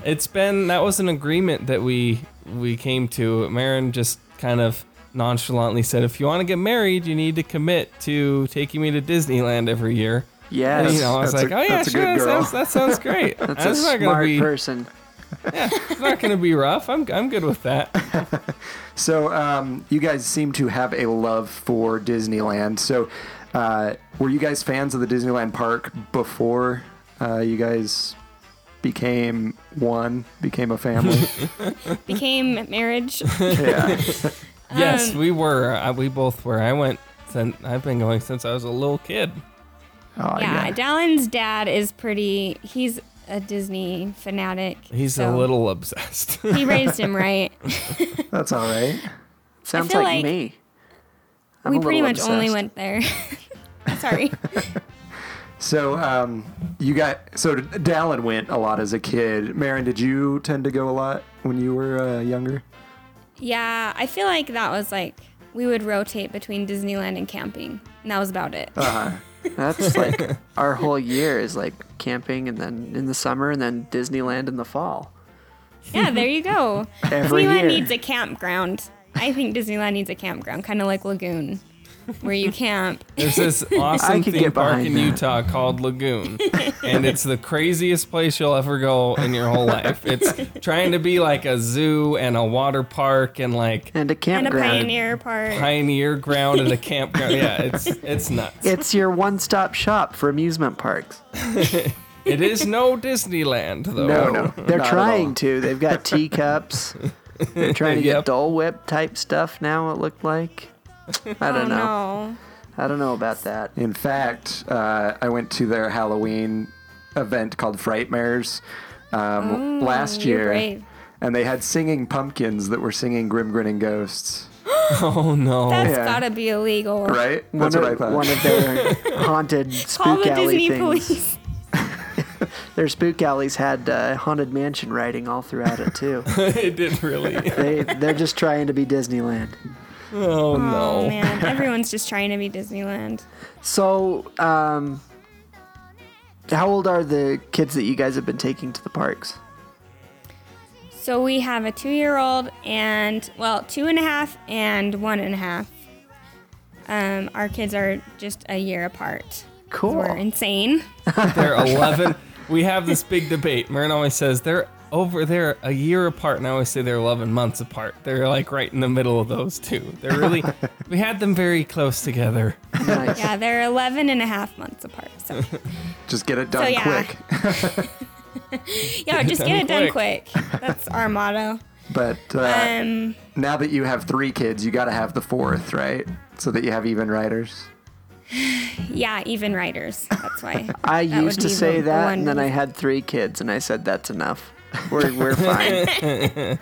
[SPEAKER 8] It's been that was an agreement that we we came to. Marin just kind of nonchalantly said, "If you want to get married, you need to commit to taking me to Disneyland every year." And,
[SPEAKER 6] Yes.
[SPEAKER 8] you know, I was
[SPEAKER 5] that's
[SPEAKER 8] like,
[SPEAKER 5] a-
[SPEAKER 8] "Oh yeah,
[SPEAKER 5] that's a
[SPEAKER 8] sure,
[SPEAKER 5] good
[SPEAKER 8] that
[SPEAKER 5] girl."
[SPEAKER 8] sounds, that sounds great. that's
[SPEAKER 6] It's a
[SPEAKER 8] not gonna
[SPEAKER 6] smart
[SPEAKER 8] be
[SPEAKER 6] person.
[SPEAKER 8] it's not gonna be rough. I'm I'm good with that."
[SPEAKER 5] So um, you guys seem to have a love for Disneyland. So uh, were you guys fans of the Disneyland park before uh, you guys became one, became a family?
[SPEAKER 9] Became marriage.
[SPEAKER 5] yeah.
[SPEAKER 8] yes,
[SPEAKER 9] Um,
[SPEAKER 8] we were. I, we both were. I went. Since, I've been going since I was a little kid.
[SPEAKER 5] Oh,
[SPEAKER 9] yeah, Dallin's dad is pretty. He's a Disney fanatic.
[SPEAKER 8] He's a
[SPEAKER 9] so
[SPEAKER 8] little obsessed.
[SPEAKER 9] He raised him right.
[SPEAKER 5] That's all right.
[SPEAKER 6] Sounds
[SPEAKER 9] feel
[SPEAKER 6] like,
[SPEAKER 9] like-
[SPEAKER 6] me. I'm
[SPEAKER 9] we
[SPEAKER 6] a
[SPEAKER 9] pretty
[SPEAKER 6] little
[SPEAKER 9] much only
[SPEAKER 6] obsessed.
[SPEAKER 9] went there. Sorry.
[SPEAKER 5] So um, you got so Dallin went a lot as a kid. Marin, did you tend to go a lot when you were uh, younger?
[SPEAKER 9] yeah, I feel like that was like we would rotate between Disneyland and camping, and that was about it.
[SPEAKER 6] That's like our whole year is like camping and then in the summer and then Disneyland in the fall.
[SPEAKER 9] yeah, there you go.
[SPEAKER 5] Every
[SPEAKER 9] Disneyland
[SPEAKER 5] year.
[SPEAKER 9] needs a campground. I think Disneyland needs a campground, kind of like Lagoon, where you camp.
[SPEAKER 8] There's this awesome
[SPEAKER 6] could
[SPEAKER 8] theme
[SPEAKER 6] get
[SPEAKER 8] park
[SPEAKER 6] behind
[SPEAKER 8] in
[SPEAKER 6] that.
[SPEAKER 8] Utah called Lagoon, and it's the craziest place you'll ever go in your whole life. It's trying to be like a zoo and a water park and like
[SPEAKER 6] And a
[SPEAKER 9] And a
[SPEAKER 6] campground.
[SPEAKER 9] pioneer park.
[SPEAKER 8] pioneer ground and a campground. Yeah, it's it's nuts.
[SPEAKER 6] it's your one stop shop for amusement parks.
[SPEAKER 8] It is no Disneyland though.
[SPEAKER 5] Oh, No, no.
[SPEAKER 6] They're
[SPEAKER 5] not at all.
[SPEAKER 6] trying to. They've got teacups. They're trying to
[SPEAKER 8] Yep.
[SPEAKER 6] get Dole Whip type stuff now, it looked like. I
[SPEAKER 9] oh
[SPEAKER 6] don't know.
[SPEAKER 9] no.
[SPEAKER 6] I don't know about that.
[SPEAKER 5] In fact, uh, I went to their Halloween event called Frightmares um,
[SPEAKER 6] Mm,
[SPEAKER 5] last
[SPEAKER 9] you're
[SPEAKER 5] year,
[SPEAKER 9] brave.
[SPEAKER 5] and they had singing pumpkins that were singing "Grim Grinning Ghosts."
[SPEAKER 8] Oh no.
[SPEAKER 9] That's
[SPEAKER 5] Yeah.
[SPEAKER 9] gotta be illegal.
[SPEAKER 5] Right?
[SPEAKER 6] Oh, One,
[SPEAKER 5] That's
[SPEAKER 6] of,
[SPEAKER 5] what I thought.
[SPEAKER 6] one of their haunted
[SPEAKER 9] Call
[SPEAKER 6] spook
[SPEAKER 9] the
[SPEAKER 6] alley
[SPEAKER 9] Disney
[SPEAKER 6] things.
[SPEAKER 9] police.
[SPEAKER 6] Their spook alleys had uh, haunted mansion writing all throughout it too.
[SPEAKER 8] it didn't really.
[SPEAKER 6] they they're just trying to be Disneyland.
[SPEAKER 8] Oh
[SPEAKER 9] Oh
[SPEAKER 8] no.
[SPEAKER 9] man, everyone's just trying to be Disneyland.
[SPEAKER 6] So, um, how old are the kids that you guys have been taking to the parks?
[SPEAKER 9] So we have a two year old and, well, two and a half and one and a half. Um, our kids are just a year apart.
[SPEAKER 6] Cool.
[SPEAKER 9] We're insane.
[SPEAKER 8] They're 11. We have this big debate. Marin always says they're over they're a year apart, and I always say they're 11 months apart. They're like right in the middle of those two. They're really, we had them very close together.
[SPEAKER 6] Nice.
[SPEAKER 9] Yeah, Uh, they're 11 and a half months apart. So,
[SPEAKER 5] Just get it done
[SPEAKER 9] yeah.
[SPEAKER 5] quick.
[SPEAKER 9] yeah, just
[SPEAKER 8] Done
[SPEAKER 9] get it done quick. That's our motto.
[SPEAKER 5] But uh,
[SPEAKER 9] Um,
[SPEAKER 5] now that you have three kids, you got to have the fourth, right? So that you have even riders.
[SPEAKER 9] yeah, even writers. That's why.
[SPEAKER 6] I
[SPEAKER 9] That would
[SPEAKER 6] used to
[SPEAKER 9] be
[SPEAKER 6] say
[SPEAKER 9] the
[SPEAKER 6] that,
[SPEAKER 9] one
[SPEAKER 6] and then I had three kids, and I said that's enough. We're we're fine.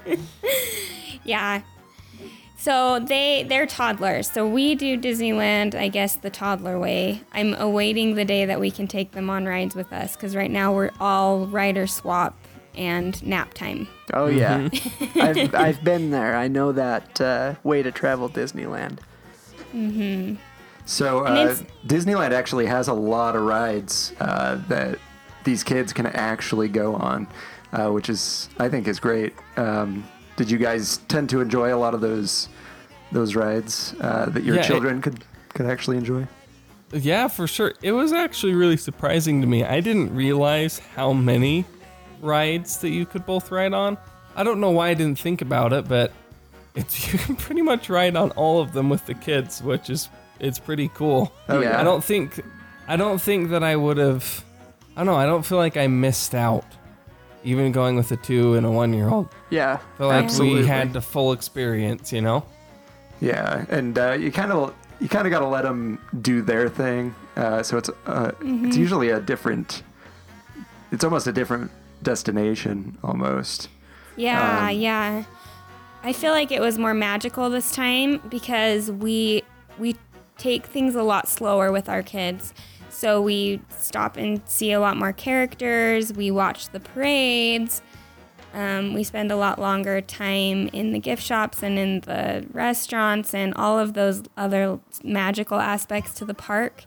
[SPEAKER 9] Yeah. So they they're toddlers. So we do Disneyland, I guess the toddler way. I'm awaiting the day that we can take them on rides with us cuz right now we're all rider swap and nap time.
[SPEAKER 6] Oh yeah,
[SPEAKER 5] Mm-hmm.
[SPEAKER 6] I've I've been there. I know that uh, way to travel Disneyland.
[SPEAKER 5] So uh,
[SPEAKER 9] it's-
[SPEAKER 5] Disneyland actually has a lot of rides uh, that these kids can actually go on, uh, which is I think is great. Um, did you guys tend to enjoy a lot of those those rides uh, that your
[SPEAKER 8] Yeah, it-
[SPEAKER 5] children could could actually enjoy?
[SPEAKER 8] Yeah, for sure. It was actually really surprising to me. I didn't realize how many rides that you could both ride on. I don't know why I didn't think about it, but it's you can pretty much ride on all of them with the kids, which is it's pretty cool.
[SPEAKER 6] Oh, yeah.
[SPEAKER 8] I don't think I don't think that I would have I don't know, I don't feel like I missed out even going with a 2 and a 1 year old.
[SPEAKER 6] Yeah,
[SPEAKER 8] I feel like
[SPEAKER 6] absolutely.
[SPEAKER 8] we had the full experience, you know.
[SPEAKER 5] Yeah, and uh, you kind of you kind of got to let them do their thing. Uh, so it's uh, it's usually a different It's almost a different destination, almost.
[SPEAKER 9] Yeah,
[SPEAKER 8] Um,
[SPEAKER 9] yeah. I feel like it was more magical this time because we we take things a lot slower with our kids. So we stop and see a lot more characters. We watch the parades. Um, we spend a lot longer time in the gift shops and in the restaurants and all of those other magical aspects to the park.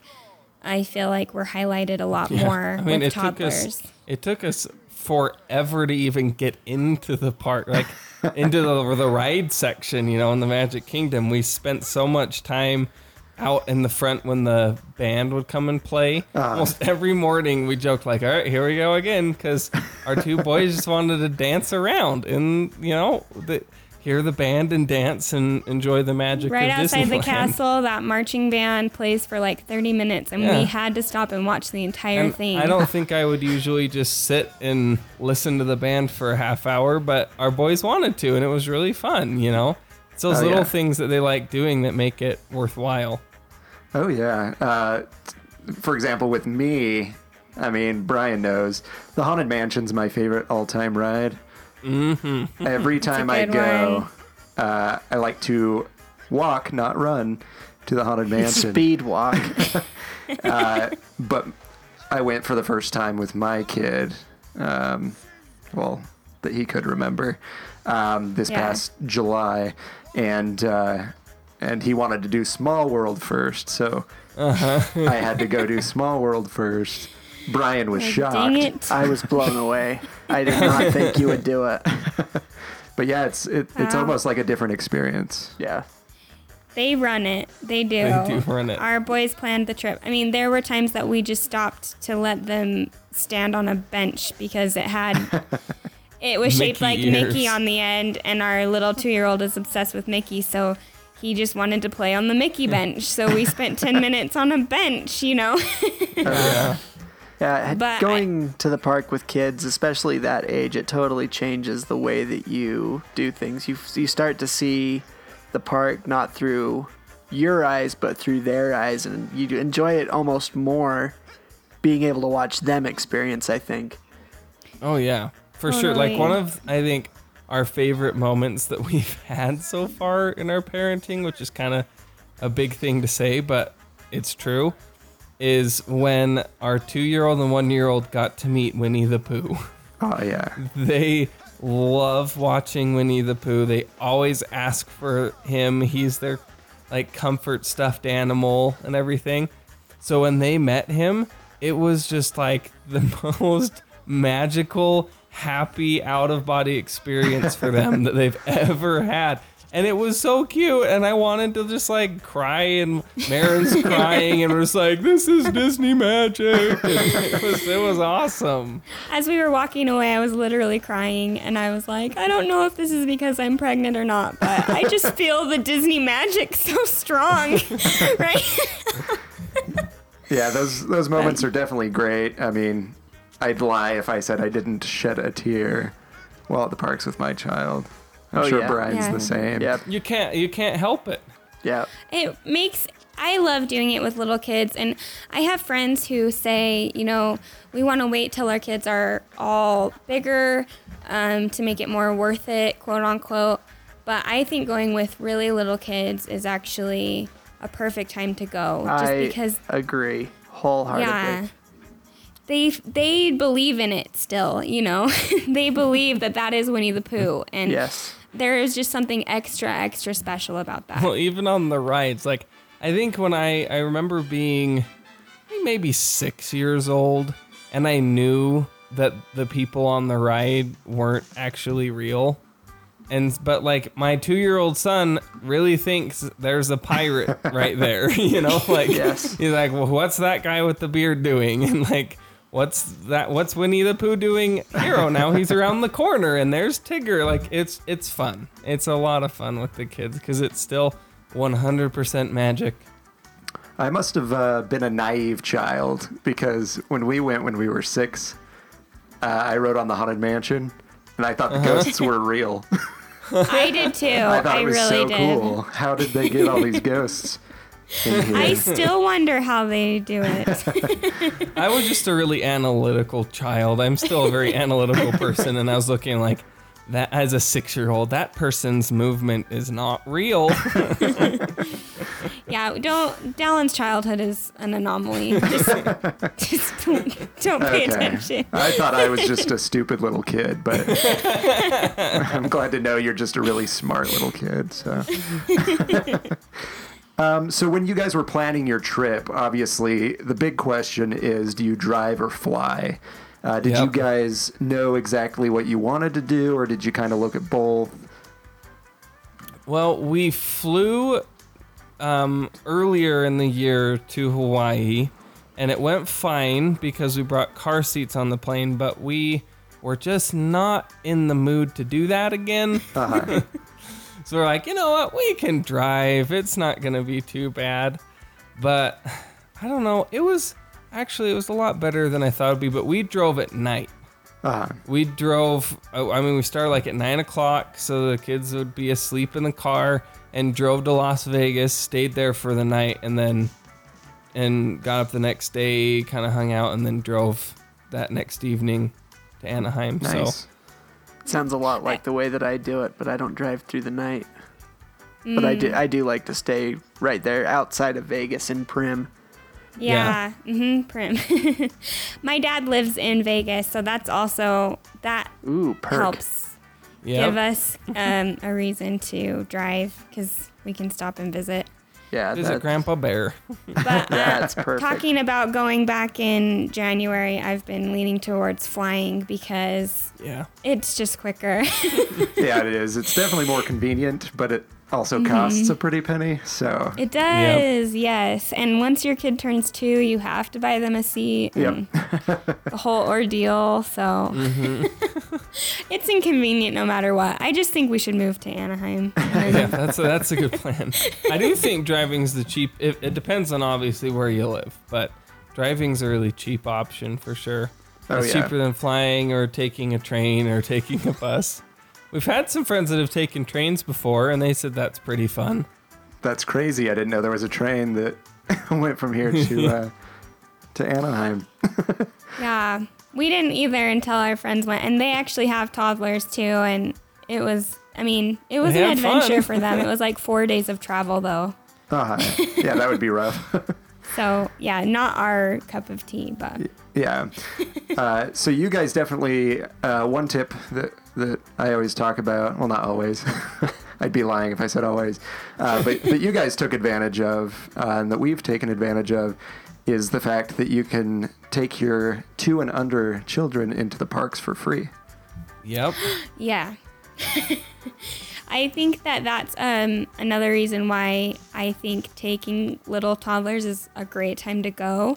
[SPEAKER 9] I feel like we're highlighted a lot more
[SPEAKER 8] I mean,
[SPEAKER 9] with
[SPEAKER 8] it
[SPEAKER 9] toddlers.
[SPEAKER 8] took us. It took us forever to even get into the park, like into the, the ride section. You know, in the Magic Kingdom, we spent so much time out in the front when the band would come and play.
[SPEAKER 9] Uh.
[SPEAKER 8] Almost every morning, we joked like, "All right, here we go again," because our two boys just wanted to dance around and you know the, hear the band and dance and enjoy the magic
[SPEAKER 9] right
[SPEAKER 8] of
[SPEAKER 9] outside the
[SPEAKER 8] Disneyland.
[SPEAKER 9] castle that marching band plays for like 30 minutes and
[SPEAKER 8] Yeah.
[SPEAKER 9] we had to stop and watch the entire
[SPEAKER 8] And
[SPEAKER 9] thing
[SPEAKER 8] I don't think I would usually just sit and listen to the band for a half hour, but our boys wanted to, and it was really fun, you know? It's those
[SPEAKER 5] Oh,
[SPEAKER 8] little
[SPEAKER 5] yeah.
[SPEAKER 8] things that they like doing that make it worthwhile.
[SPEAKER 5] Oh yeah. Uh, t- for example, with me, I mean Brian knows the Haunted Mansion's my favorite all-time ride. Mm-hmm. Every time I
[SPEAKER 9] good
[SPEAKER 5] go, uh, I like to walk, not run, to the Haunted Mansion.
[SPEAKER 6] Speed walk.
[SPEAKER 5] But I went for the first time with my kid. Um, well, that he could remember um, this
[SPEAKER 9] Yeah.
[SPEAKER 5] past July, and uh, and he wanted to do Small World first, so
[SPEAKER 6] Uh-huh.
[SPEAKER 5] I had to go do Small World first. Brian was shocked,
[SPEAKER 9] Oh, dang it
[SPEAKER 6] I was blown away. I did not think you would do it.
[SPEAKER 5] but yeah, it's it, it's
[SPEAKER 9] Wow.
[SPEAKER 5] almost like a different experience.
[SPEAKER 6] Yeah.
[SPEAKER 9] they run it they do
[SPEAKER 8] They do run it.
[SPEAKER 9] our boys planned the trip i mean there were times that we just stopped to let them stand on a bench because it had it was shaped like
[SPEAKER 8] Mickey
[SPEAKER 9] mickey
[SPEAKER 8] ears.
[SPEAKER 9] on the end and our little two-year-old is obsessed with mickey so he just wanted to play on the mickey bench so we spent 10 minutes on a bench you know
[SPEAKER 6] Yeah,
[SPEAKER 9] But I-
[SPEAKER 6] going to the park with kids, especially that age, it totally changes the way that you do things. You you start to see the park not through your eyes, but through their eyes, and you do enjoy it almost more being able to watch them experience. I think.
[SPEAKER 8] Oh, yeah, for sure. Like
[SPEAKER 9] Totally.
[SPEAKER 8] one of, I think, our favorite moments that we've had so far in our parenting, which is kind of a big thing to say, but it's true, is when our two year old and one year old got to meet Winnie the Pooh.
[SPEAKER 5] Oh yeah,
[SPEAKER 8] They love watching Winnie the Pooh. They always ask for him. He's their like comfort stuffed animal and everything. So when they met him, it was just like the most magical, happy, out of body experience for them that they've ever had. And it was so cute, and I wanted to just like cry, and Marin's crying, and was like, "This is Disney magic." And it was it was awesome.
[SPEAKER 9] As we were walking away, I was literally crying, and I was like, I don't know if this is because I'm pregnant or not, but I just feel the Disney magic so strong, right?
[SPEAKER 5] yeah. Those those moments are definitely great. I mean, I'd lie if I said I didn't shed a tear while at the parks with my child. I'm
[SPEAKER 6] Oh,
[SPEAKER 5] sure
[SPEAKER 6] yeah.
[SPEAKER 5] Brian's
[SPEAKER 9] Yeah.
[SPEAKER 5] the same.
[SPEAKER 6] Yep.
[SPEAKER 8] You can't you can't help it.
[SPEAKER 6] Yeah.
[SPEAKER 9] It makes I love doing it with little kids, and I have friends who say, you know, we want to wait till our kids are all bigger um, to make it more worth it, quote unquote. But I think going with really little kids is actually a perfect time to go, just
[SPEAKER 6] I
[SPEAKER 9] because
[SPEAKER 6] agree wholeheartedly.
[SPEAKER 9] yeah they they believe in it still you know they believe that that is winnie the pooh and
[SPEAKER 6] Yes.
[SPEAKER 9] there is just something extra extra special about that
[SPEAKER 8] Well, even on the rides, like I think when I I remember being maybe six years old, and I knew that the people on the ride weren't actually real. And but like my two year old son really thinks there's a pirate right there, you know? Like
[SPEAKER 6] Yes.
[SPEAKER 8] he's like, Well, what's that guy with the beard doing? And like what's that what's Winnie the Pooh doing? Hero now he's around the corner and there's Tigger. Like it's it's fun. It's a lot of fun with the kids because it's still one hundred percent magic.
[SPEAKER 5] I must have uh, been a naive child because when we went when we were six, uh, I rode on the Haunted Mansion and I thought the
[SPEAKER 9] Uh-huh.
[SPEAKER 5] ghosts were real.
[SPEAKER 9] i did too
[SPEAKER 5] I
[SPEAKER 9] i,
[SPEAKER 5] thought it was
[SPEAKER 9] Oh,
[SPEAKER 5] so
[SPEAKER 9] really did
[SPEAKER 5] cool. How did they get all these ghosts? in here.
[SPEAKER 9] I still wonder how they do it.
[SPEAKER 8] I was just a really analytical child. I'm still a very analytical person, and I was looking like that as a six year old. That person's movement is not real.
[SPEAKER 9] Yeah, don't. Dallin's childhood is an anomaly. Just, just don't, don't pay attention.
[SPEAKER 5] I thought I was just a stupid little kid, but I'm glad to know you're just a really smart little kid. So, um, so when you guys were planning your trip, obviously the big question is, do you drive or fly? Uh, did you
[SPEAKER 8] Yep.
[SPEAKER 5] guys know exactly what you wanted to do, or did you kind of look at both?
[SPEAKER 8] Well, we flew um, earlier in the year to Hawaii, and it went fine because we brought car seats on the plane, but we were just not in the mood to do that again. so we're like, you know what? We can drive. It's not going to be too bad. But I don't know. It was actually it was a lot better than I thought it would be, but we drove at night
[SPEAKER 5] Uh,
[SPEAKER 8] we drove oh, i mean we started like at nine o'clock so the kids would be asleep in the car and drove to las vegas stayed there for the night and then and got up the next day kind of hung out and then drove that next evening to anaheim
[SPEAKER 5] nice.
[SPEAKER 8] so
[SPEAKER 6] Sounds a lot like the way that I do it, but I don't drive through the night. But I do,
[SPEAKER 9] Mm.
[SPEAKER 6] I do like to stay right there outside of Vegas in Prim.
[SPEAKER 8] Yeah.
[SPEAKER 9] Yeah. hmm Prim. My dad lives in Vegas, so that's also that
[SPEAKER 6] Ooh, perk.
[SPEAKER 9] helps
[SPEAKER 8] yeah
[SPEAKER 9] give us um, a reason to drive because we can stop and visit.
[SPEAKER 6] Yeah,
[SPEAKER 8] visit
[SPEAKER 6] that-
[SPEAKER 8] grandpa bear
[SPEAKER 9] But uh,
[SPEAKER 6] that's perfect.
[SPEAKER 9] talking about going back in January, I've been leaning towards flying because
[SPEAKER 8] yeah
[SPEAKER 9] it's just quicker.
[SPEAKER 5] yeah, it is. It's definitely more convenient, but it also
[SPEAKER 9] Mm-hmm.
[SPEAKER 5] costs a pretty penny. So,
[SPEAKER 9] it does, yes. And once your kid turns two, you have to buy them a seat.
[SPEAKER 5] Yep.
[SPEAKER 9] and the whole ordeal. So
[SPEAKER 6] Mm-hmm.
[SPEAKER 9] it's inconvenient no matter what. I just think we should move to Anaheim.
[SPEAKER 8] yeah that's a, that's a good plan i do think driving's the cheap it, it depends on obviously where you live but driving's a really cheap option for sure
[SPEAKER 5] Oh,
[SPEAKER 8] it's
[SPEAKER 5] yeah.
[SPEAKER 8] cheaper than flying or taking a train or taking a bus we've had some friends that have taken trains before and they said that's pretty fun
[SPEAKER 5] That's crazy. I didn't know there was a train that went from here to uh, to Anaheim.
[SPEAKER 9] Yeah, we didn't either until our friends went, and they actually have toddlers too, and it was. I mean, it was
[SPEAKER 8] They
[SPEAKER 9] an
[SPEAKER 8] had fun.
[SPEAKER 9] adventure for them. It was like four days of travel, though.
[SPEAKER 5] Uh, yeah, that would be rough.
[SPEAKER 9] So yeah, not our cup of tea, but
[SPEAKER 5] yeah. Uh, so you guys definitely uh, one tip that that I always talk about. Well, not always. I'd be lying if I said always. Uh, but but you guys took advantage of uh, and that we've taken advantage of is the fact that you can take your two and under children into the parks for free.
[SPEAKER 8] yep
[SPEAKER 9] yeah. I think that that's um, another reason why I think taking little toddlers is a great time to go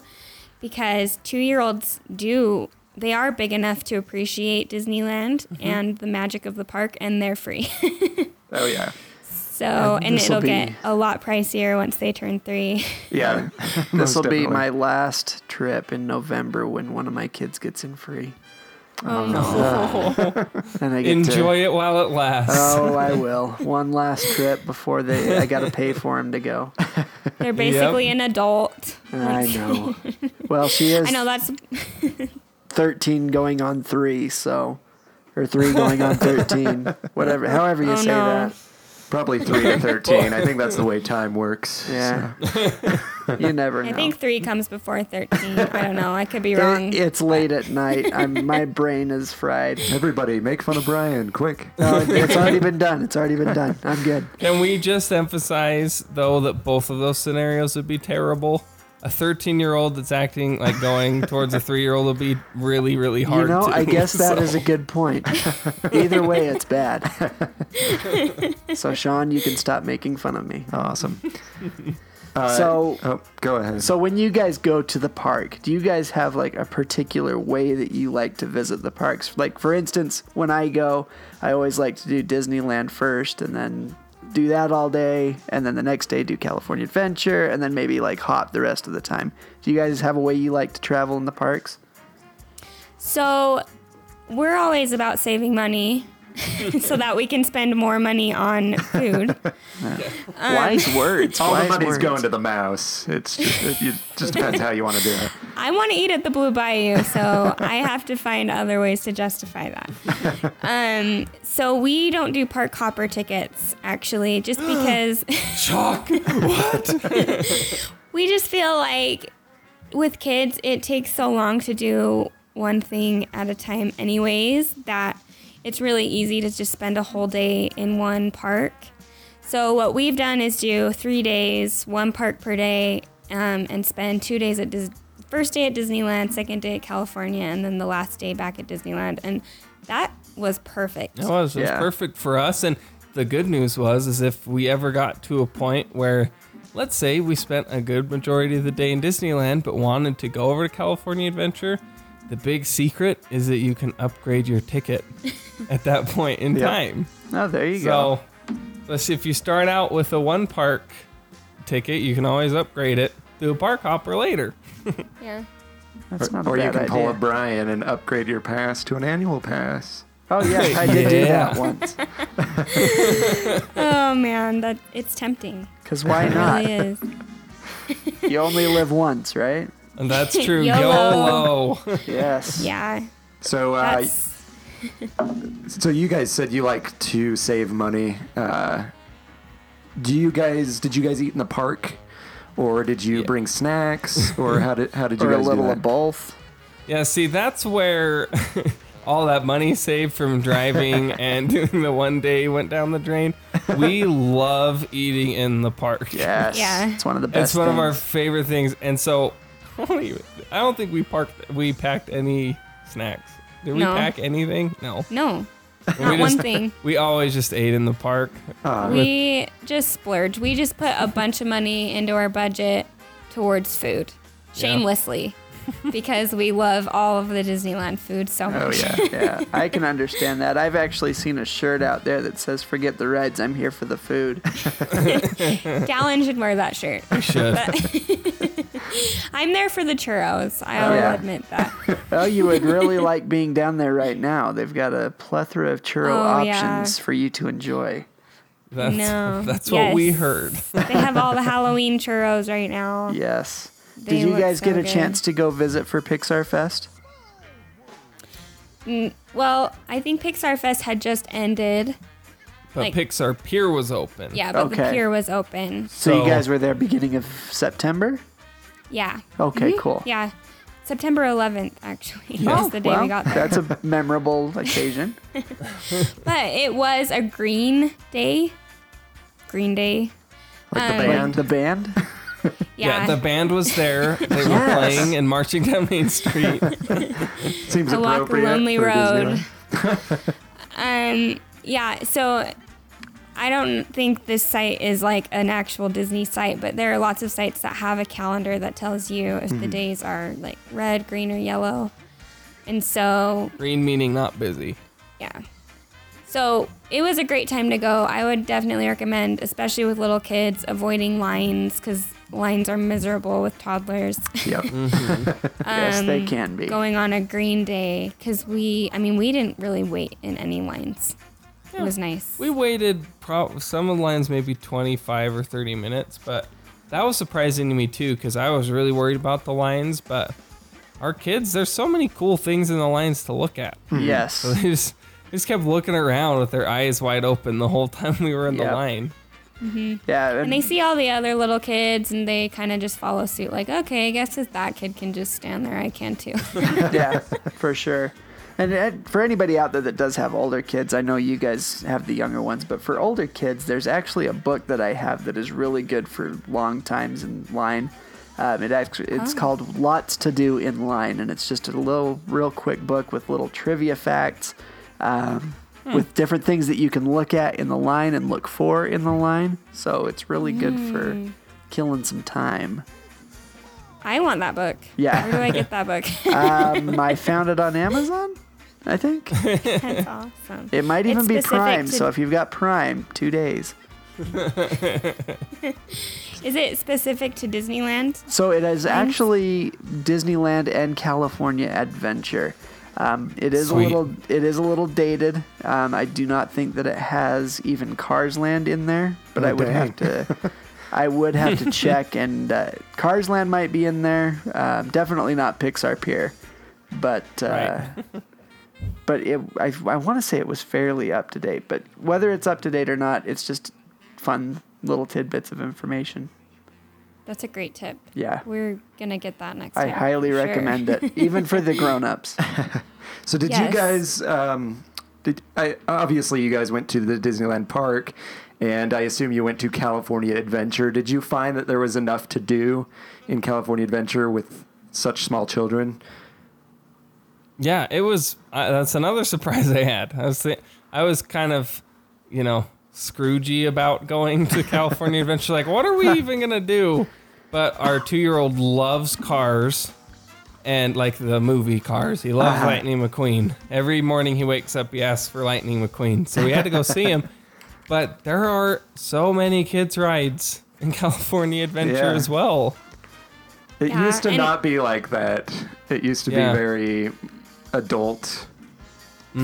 [SPEAKER 9] because two year olds do, they are big enough to appreciate Disneyland
[SPEAKER 8] Mm-hmm.
[SPEAKER 9] and the magic of the park, and they're free.
[SPEAKER 5] Oh yeah.
[SPEAKER 9] So,
[SPEAKER 5] And
[SPEAKER 9] and
[SPEAKER 5] this'll
[SPEAKER 9] it'll
[SPEAKER 5] be-
[SPEAKER 9] get a lot pricier once they turn three.
[SPEAKER 5] Yeah.
[SPEAKER 6] This will be
[SPEAKER 5] definitely.
[SPEAKER 6] my last trip in November when one of my kids gets in free. Oh, no. and I get
[SPEAKER 8] enjoy
[SPEAKER 6] to,
[SPEAKER 8] it while it lasts
[SPEAKER 6] Oh, I will. One last trip before they. I gotta pay for him to go.
[SPEAKER 9] They're basically an adult.
[SPEAKER 6] I know. Well, she is
[SPEAKER 9] I know that's
[SPEAKER 6] 13 going on three, so or three going on 13, whatever. However you
[SPEAKER 9] Oh,
[SPEAKER 6] say
[SPEAKER 9] no.
[SPEAKER 6] that.
[SPEAKER 5] Probably three to thirteen. I think that's the way time works.
[SPEAKER 6] Yeah. you never know.
[SPEAKER 9] I think three comes before 13. I don't know. I could be
[SPEAKER 6] It-
[SPEAKER 9] wrong.
[SPEAKER 6] it's late at night. I'm, my brain is fried.
[SPEAKER 5] Everybody, make fun of Brian, quick.
[SPEAKER 6] No, it- it's already been done. It's already been done. I'm good.
[SPEAKER 8] Can we just emphasize though that both of those scenarios would be terrible? A 13 year old that's acting like going towards a three year old would be really, really hard.
[SPEAKER 6] You know,
[SPEAKER 8] to
[SPEAKER 6] I
[SPEAKER 8] do,
[SPEAKER 6] guess that
[SPEAKER 8] so-
[SPEAKER 6] is a good point. Either way, it's bad. so, Sean, you can stop making fun of me.
[SPEAKER 5] Awesome.
[SPEAKER 6] so,
[SPEAKER 5] Oh, go ahead.
[SPEAKER 6] so when you guys go to the park, do you guys have like a particular way that you like to visit the parks? Like, for instance, when I go, I always like to do Disneyland first, and then do that all day, and then the next day do California Adventure, and then maybe like hop the rest of the time. Do you guys have a way you like to travel in the parks?
[SPEAKER 9] So we're always about saving money. so that we can spend more money on food.
[SPEAKER 6] Wise words.
[SPEAKER 5] Uh, All the
[SPEAKER 6] wise
[SPEAKER 5] money's
[SPEAKER 6] words.
[SPEAKER 5] going to the mouse. It's just, it, it just depends how you want to do it.
[SPEAKER 9] I want to eat at the Blue Bayou, so I have to find other ways to justify that. Um, so we don't do park hopper tickets, actually, just because
[SPEAKER 8] Chalk. What?
[SPEAKER 9] we just feel like with kids, it takes so long to do one thing at a time, anyways, that it's really easy to just spend a whole day in one park. So, what we've done is do three days, one park per day, um, and spend two days at Dis- first day at Disneyland, second day at California, and then the last day back at Disneyland. And that was perfect.
[SPEAKER 8] It was. It was
[SPEAKER 6] Yeah.
[SPEAKER 8] perfect for us. And the good news was, is if we ever got to a point where, let's say, we spent a good majority of the day in Disneyland, but wanted to go over to California Adventure, the big secret is that you can upgrade your ticket at that point in
[SPEAKER 5] Yeah.
[SPEAKER 8] time.
[SPEAKER 6] Oh, there you go.
[SPEAKER 8] So, let's see if you start out with a one park ticket, you can always upgrade it to a park hopper later.
[SPEAKER 9] Yeah.
[SPEAKER 6] That's not a
[SPEAKER 5] Or you
[SPEAKER 6] bad
[SPEAKER 5] can pull a
[SPEAKER 6] idea.
[SPEAKER 5] Brian and upgrade your pass to an annual pass.
[SPEAKER 6] Oh yeah, I did do
[SPEAKER 8] Yeah.
[SPEAKER 6] that once.
[SPEAKER 9] Oh man, that it's tempting.
[SPEAKER 6] Because why
[SPEAKER 9] It
[SPEAKER 6] not?
[SPEAKER 9] really is.
[SPEAKER 6] You only live once, right?
[SPEAKER 8] And that's true.
[SPEAKER 9] YOLO.
[SPEAKER 8] YOLO.
[SPEAKER 6] Yes.
[SPEAKER 9] Yeah.
[SPEAKER 5] So, uh,
[SPEAKER 9] That's
[SPEAKER 5] so you guys said you like to save money. Uh, do you guys? Did you guys eat in the park, or did you bring snacks, or how did how did you
[SPEAKER 6] Or a
[SPEAKER 5] guys do
[SPEAKER 6] little
[SPEAKER 5] that?
[SPEAKER 6] of both.
[SPEAKER 8] Yeah, see, that's where all that money saved from driving and doing the one day went down the drain. We love eating in the park.
[SPEAKER 6] Yes.
[SPEAKER 9] Yeah.
[SPEAKER 6] It's one of the best.
[SPEAKER 8] it's one of our
[SPEAKER 6] things.
[SPEAKER 8] favorite things. And so, I don't, even, I don't think we parked. We packed any snacks. Did we
[SPEAKER 9] No.
[SPEAKER 8] pack anything? No.
[SPEAKER 9] no.
[SPEAKER 8] We
[SPEAKER 9] Not
[SPEAKER 8] just-
[SPEAKER 9] one thing.
[SPEAKER 8] We always just ate in the park.
[SPEAKER 6] Uh,
[SPEAKER 9] We just splurge. We just put a bunch of money into our budget towards food, shamelessly, because we love all of the Disneyland food so
[SPEAKER 5] Oh
[SPEAKER 9] much.
[SPEAKER 5] yeah.
[SPEAKER 6] yeah, I can understand that. I've actually seen a shirt out there that says "Forget the rides, I'm here for the food."
[SPEAKER 9] Dallin should wear that shirt.
[SPEAKER 8] We should.
[SPEAKER 9] I'm there for the churros. I will
[SPEAKER 6] yeah.
[SPEAKER 9] admit that.
[SPEAKER 6] Oh, you would really like being down there right now. They've got a plethora of churro
[SPEAKER 9] Oh, yeah.
[SPEAKER 6] options for you to enjoy.
[SPEAKER 8] That's,
[SPEAKER 9] No.
[SPEAKER 8] that's what we
[SPEAKER 9] Yes.
[SPEAKER 8] heard.
[SPEAKER 9] they have all the Halloween churros right now.
[SPEAKER 6] Yes.
[SPEAKER 9] They
[SPEAKER 6] Did you
[SPEAKER 9] look
[SPEAKER 6] guys
[SPEAKER 9] so
[SPEAKER 6] get a
[SPEAKER 9] good.
[SPEAKER 6] chance to go visit for Pixar Fest?
[SPEAKER 9] Well, I think Pixar Fest had just ended.
[SPEAKER 8] But
[SPEAKER 9] Like-
[SPEAKER 8] Pixar Pier was open.
[SPEAKER 9] Yeah, but the
[SPEAKER 6] Okay.
[SPEAKER 9] pier was open.
[SPEAKER 6] So,
[SPEAKER 8] So-
[SPEAKER 6] you guys were there beginning of September?
[SPEAKER 9] Yeah. Mhm.
[SPEAKER 6] Okay, cool.
[SPEAKER 9] Yeah. September 11th, actually, was the day
[SPEAKER 6] well,
[SPEAKER 9] we got there.
[SPEAKER 6] That's a memorable occasion.
[SPEAKER 9] But it was a green day. Green day.
[SPEAKER 5] Like the
[SPEAKER 9] Um,
[SPEAKER 5] band.
[SPEAKER 6] The band?
[SPEAKER 9] Yeah.
[SPEAKER 8] the band was there. They were
[SPEAKER 6] Yes.
[SPEAKER 8] playing and marching down Main Street.
[SPEAKER 5] Seems
[SPEAKER 9] I walk a
[SPEAKER 5] appropriate
[SPEAKER 9] lonely
[SPEAKER 5] for
[SPEAKER 9] road.
[SPEAKER 5] Disneyland.
[SPEAKER 9] um, yeah, so I don't think this site is like an actual Disney site, but there are lots of sites that have a calendar that tells you if
[SPEAKER 6] Mm-hmm.
[SPEAKER 9] the days are like red, green, or yellow. And so
[SPEAKER 8] Green meaning not busy.
[SPEAKER 9] yeah. So it was a great time to go. I would definitely recommend, especially with little kids, avoiding lines because lines are miserable with toddlers.
[SPEAKER 5] Yep.
[SPEAKER 8] Mm-hmm.
[SPEAKER 6] yes, they can be.
[SPEAKER 9] Um, Going on a green day because we, I mean, we didn't really wait in any lines. It was nice.
[SPEAKER 8] We waited pro- some of the lines maybe 25 or 30 minutes, but that was surprising to me too because I was really worried about the lines. But our kids, there's so many cool things in the lines to look at.
[SPEAKER 6] yes.
[SPEAKER 8] They just, they just kept looking around with their eyes wide open the whole time we were in
[SPEAKER 6] Yeah.
[SPEAKER 8] the line.
[SPEAKER 6] Yeah.
[SPEAKER 9] And they see all the other little kids and they kind of just follow suit, like, okay, I guess if that kid can just stand there, I can too.
[SPEAKER 6] yeah, for sure. And uh, for anybody out there that does have older kids, I know you guys have the younger ones, but for older kids, there's actually a book that I have that is really good for long times in line. Um, it actually, it's called Lots to Do in Line, and it's just a little, real quick book with little trivia facts, um, with different things that you can look at in the line and look for in the line. So it's really good for killing some time.
[SPEAKER 9] I want that book.
[SPEAKER 6] Yeah.
[SPEAKER 9] Where do I get that book?
[SPEAKER 6] Um, I found it on Amazon, I think.
[SPEAKER 9] That's awesome.
[SPEAKER 6] It might
[SPEAKER 9] It's
[SPEAKER 6] even be
[SPEAKER 9] specific
[SPEAKER 6] Prime.
[SPEAKER 9] to-
[SPEAKER 6] So if you've got Prime, two days.
[SPEAKER 9] Is it specific to Disneyland?
[SPEAKER 6] So it is actually Disneyland and California Adventure. Um, it is a
[SPEAKER 8] Sweet.
[SPEAKER 6] little it is a little dated. Um, I do not think that it has even Cars Land in there, but
[SPEAKER 5] Oh,
[SPEAKER 6] I would have
[SPEAKER 5] dang.
[SPEAKER 6] to I would have to check and uh, Cars Land might be in there. Um, definitely not Pixar Pier, but uh, but it I, I want to say it was fairly up to date. But whether it's up to date or not, it's just fun little tidbits of information.
[SPEAKER 9] That's a great tip.
[SPEAKER 6] Yeah.
[SPEAKER 9] We're going to get that next
[SPEAKER 6] I
[SPEAKER 9] time.
[SPEAKER 6] highly
[SPEAKER 9] for sure. Mm-hmm.
[SPEAKER 6] recommend it, even for the grown-ups.
[SPEAKER 5] So did you
[SPEAKER 9] Yes.
[SPEAKER 5] guys? Um, did I, obviously you guys went to the Disneyland park, and I assume you went to California Adventure. Did you find that there was enough to do in California Adventure with such small children?
[SPEAKER 8] Yeah, it was. Uh, that's another surprise I had. I was, th- I was kind of, you know, Scroogey about going to California Adventure. Like, what are we even gonna do? But our two-year-old loves cars, and like the movie Cars. He loves Lightning McQueen. Every morning he wakes up, he asks for Lightning McQueen. So we had to go see him. But there are so many kids rides in California Adventure
[SPEAKER 5] Yeah.
[SPEAKER 8] as well.
[SPEAKER 5] It
[SPEAKER 9] Yeah,
[SPEAKER 5] used to
[SPEAKER 9] and
[SPEAKER 5] not be like that. It used to
[SPEAKER 8] Yeah.
[SPEAKER 5] be very adult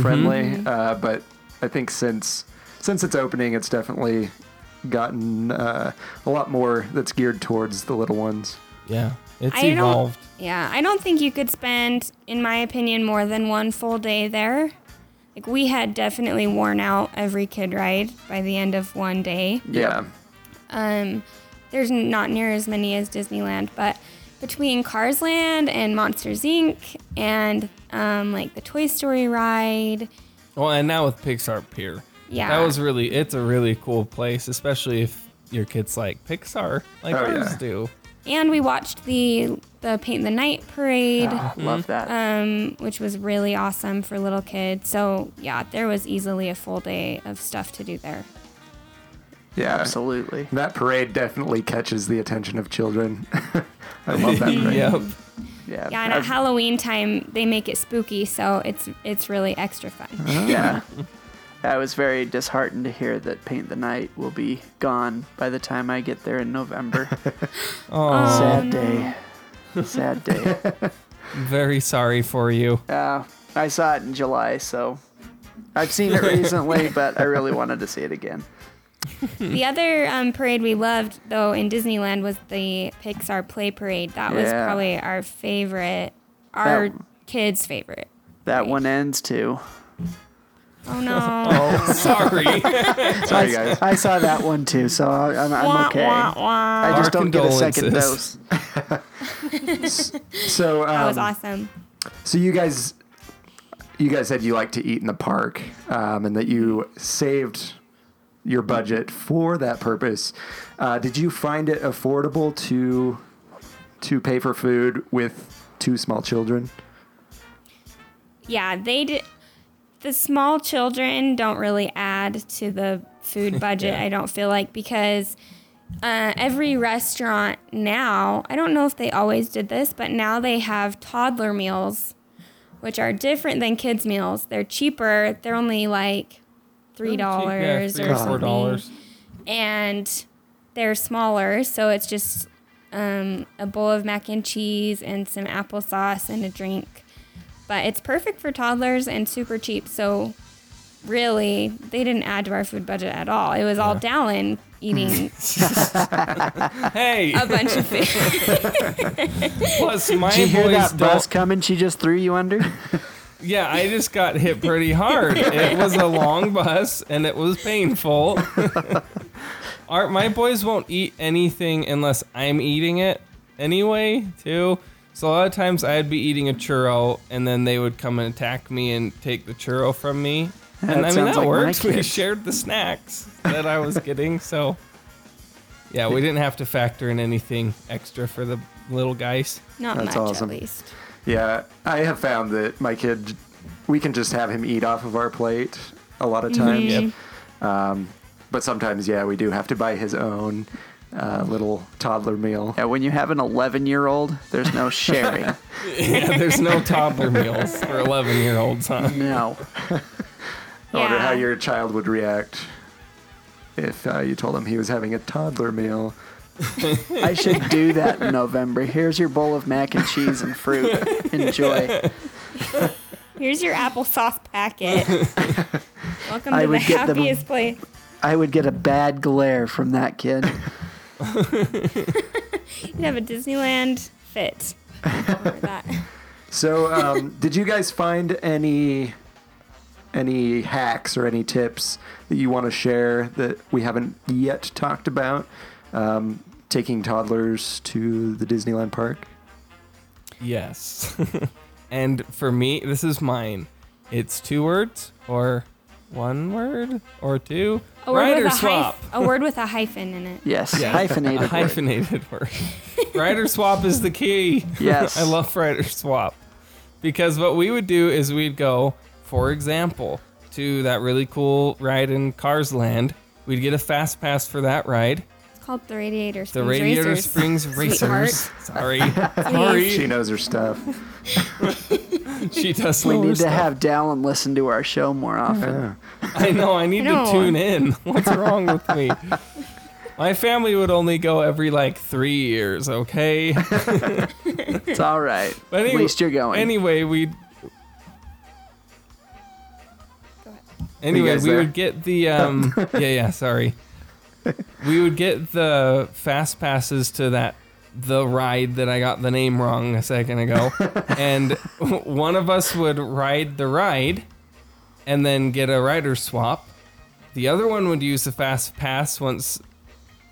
[SPEAKER 5] friendly,
[SPEAKER 9] Mm-hmm.
[SPEAKER 5] uh, but I think since since its opening, it's definitely gotten uh, a lot more that's geared towards the little ones.
[SPEAKER 8] Yeah, it's
[SPEAKER 9] I
[SPEAKER 8] evolved.
[SPEAKER 9] Don't, yeah, I don't think you could spend, in my opinion, more than one full day there. Like we had definitely worn out every kid ride by the end of one day.
[SPEAKER 5] Yeah,
[SPEAKER 9] Um, there's not near as many as Disneyland, but between Cars Land and Monsters Inc. and um, like the Toy Story ride,
[SPEAKER 8] Well, and now with Pixar Pier.
[SPEAKER 9] Yeah.
[SPEAKER 8] That was really, it's a really cool place, especially if your kids like Pixar, like
[SPEAKER 5] Oh,
[SPEAKER 8] ours
[SPEAKER 5] yeah.
[SPEAKER 8] do.
[SPEAKER 9] and we watched the the Paint the Night parade.
[SPEAKER 6] Love that.
[SPEAKER 9] um, which was really awesome for little kids. So yeah, there was easily a full day of stuff to do there.
[SPEAKER 5] yeah,
[SPEAKER 6] Absolutely.
[SPEAKER 5] That parade definitely catches the attention of children. I love that parade.
[SPEAKER 8] Yep.
[SPEAKER 6] Yeah.
[SPEAKER 9] Yeah, and
[SPEAKER 6] I-
[SPEAKER 9] at Halloween time they make it spooky, so it's it's really extra fun.
[SPEAKER 6] yeah. I was very disheartened to hear that Paint the Night will be gone by the time I get there in November.
[SPEAKER 8] Oh,
[SPEAKER 6] Sad
[SPEAKER 9] Um,
[SPEAKER 6] day. Sad day.
[SPEAKER 8] very sorry for you.
[SPEAKER 6] Uh, I saw it in July, so I've seen it recently, but I really wanted to see it again.
[SPEAKER 9] the other um, parade we loved though in Disneyland was the Pixar Play Parade. That was
[SPEAKER 6] Yeah.
[SPEAKER 9] probably our favorite, our
[SPEAKER 6] That-
[SPEAKER 9] kids' favorite.
[SPEAKER 6] That one ends too.
[SPEAKER 9] Oh no!
[SPEAKER 6] Oh.
[SPEAKER 8] Sorry.
[SPEAKER 5] Sorry, guys.
[SPEAKER 6] I saw that one too, so I- I'm, I'm
[SPEAKER 9] Wah,
[SPEAKER 6] okay.
[SPEAKER 9] wah, wah.
[SPEAKER 6] I just
[SPEAKER 8] Our
[SPEAKER 6] don't get a second
[SPEAKER 8] condolences.
[SPEAKER 6] dose.
[SPEAKER 5] So, um,
[SPEAKER 9] That was awesome.
[SPEAKER 5] so you guys, you guys said you like to eat in the park, um, and that you saved your budget for that purpose. Uh, did you find it affordable to to pay for food with two small children?
[SPEAKER 9] yeah, they did. The small children don't really add to the food budget. I don't feel like because uh, every restaurant now, I don't know if they always did this, but now they have toddler meals, which are different than kids meals. They're cheaper. They're only like
[SPEAKER 8] Oh,
[SPEAKER 9] three
[SPEAKER 8] Yeah,
[SPEAKER 9] dollars
[SPEAKER 8] three
[SPEAKER 9] or
[SPEAKER 8] or four
[SPEAKER 9] something
[SPEAKER 8] dollars.
[SPEAKER 9] and they're smaller, so it's just um, a bowl of mac and cheese and some applesauce and a drink. But it's perfect for toddlers and super cheap. So really, they didn't add to our food budget at all. It was all Dallin eating
[SPEAKER 5] Hmm.
[SPEAKER 8] Hey,
[SPEAKER 9] a bunch of food.
[SPEAKER 8] plus my
[SPEAKER 6] Did you hear
[SPEAKER 8] boys
[SPEAKER 6] that bus
[SPEAKER 8] don't.
[SPEAKER 6] coming? She just threw you under.
[SPEAKER 8] Yeah, I just got hit pretty hard. It was a long bus and it was painful. Our, my boys won't eat anything unless I'm eating it anyway, too. So a lot of times I'd be eating a churro and then they would come and attack me and take the churro from me.
[SPEAKER 6] That
[SPEAKER 8] And I mean
[SPEAKER 6] sounds like
[SPEAKER 8] that
[SPEAKER 6] my
[SPEAKER 8] works. We
[SPEAKER 6] kids.
[SPEAKER 8] shared the snacks that I was getting, so yeah, we didn't have to factor in anything extra for the little guys.
[SPEAKER 9] Not
[SPEAKER 5] That's
[SPEAKER 9] much,
[SPEAKER 5] awesome.
[SPEAKER 9] at least.
[SPEAKER 5] Yeah, I have found that my kid, we can just have him eat off of our plate a lot of times. Um, but sometimes, yeah, we do have to buy his own uh, little toddler meal.
[SPEAKER 6] Yeah, when you have an 11 year old, there's no sharing.
[SPEAKER 8] Yeah, there's no toddler meals for 11 year olds, huh?
[SPEAKER 6] no.
[SPEAKER 5] I wonder how
[SPEAKER 9] Yeah.
[SPEAKER 5] your child would react if uh, you told him he was having a toddler meal.
[SPEAKER 6] I should do that in November. Here's your bowl of mac and cheese and fruit. Enjoy.
[SPEAKER 9] Here's your applesauce packet. Welcome
[SPEAKER 6] I
[SPEAKER 9] to the
[SPEAKER 6] would get them-
[SPEAKER 9] happiest place.
[SPEAKER 6] I would get a bad glare from that kid.
[SPEAKER 9] You'd have a Disneyland fit. Over that.
[SPEAKER 5] So, um, did you guys find any any hacks or any tips that you want to share that we haven't yet talked about? Um, taking toddlers to the Disneyland park.
[SPEAKER 8] Yes. and for me, this is mine. It's two words or one word or two.
[SPEAKER 9] A word
[SPEAKER 8] Right
[SPEAKER 9] with
[SPEAKER 8] or
[SPEAKER 9] a
[SPEAKER 8] swap.
[SPEAKER 9] hyphen. A word with a hyphen in it.
[SPEAKER 6] Yes,
[SPEAKER 8] Yeah,
[SPEAKER 6] hyphenated.
[SPEAKER 8] A
[SPEAKER 6] word.
[SPEAKER 8] hyphenated word. Rider swap is the key.
[SPEAKER 6] Yes.
[SPEAKER 8] I love rider swap. Because what we would do is we'd go, for example, to that really cool ride in Cars Land. We'd get a fast pass for that ride.
[SPEAKER 9] It's called the Radiator
[SPEAKER 8] The
[SPEAKER 9] Springs
[SPEAKER 8] Radiator
[SPEAKER 9] Racers.
[SPEAKER 8] Springs
[SPEAKER 9] Sweetheart.
[SPEAKER 8] Racers. Sorry.
[SPEAKER 5] She
[SPEAKER 8] Sorry.
[SPEAKER 5] knows her stuff.
[SPEAKER 8] She does
[SPEAKER 6] We
[SPEAKER 8] know her
[SPEAKER 6] need to
[SPEAKER 8] stuff.
[SPEAKER 6] have Dallin listen to our show more often.
[SPEAKER 8] I know. I need
[SPEAKER 9] know.
[SPEAKER 8] to tune in. What's wrong with me? My family would only go every like three years, okay?
[SPEAKER 6] It's all right.
[SPEAKER 8] But
[SPEAKER 6] At
[SPEAKER 8] anyway-
[SPEAKER 6] least you're going.
[SPEAKER 8] Anyway, we. Anyway,
[SPEAKER 5] guys
[SPEAKER 8] we
[SPEAKER 5] there?
[SPEAKER 8] would get the um. yeah, yeah. Sorry. We would get the fast passes to that the ride that I got the name wrong a second ago, and one of us would ride the ride, and then get a rider swap. The other one would use the fast pass once.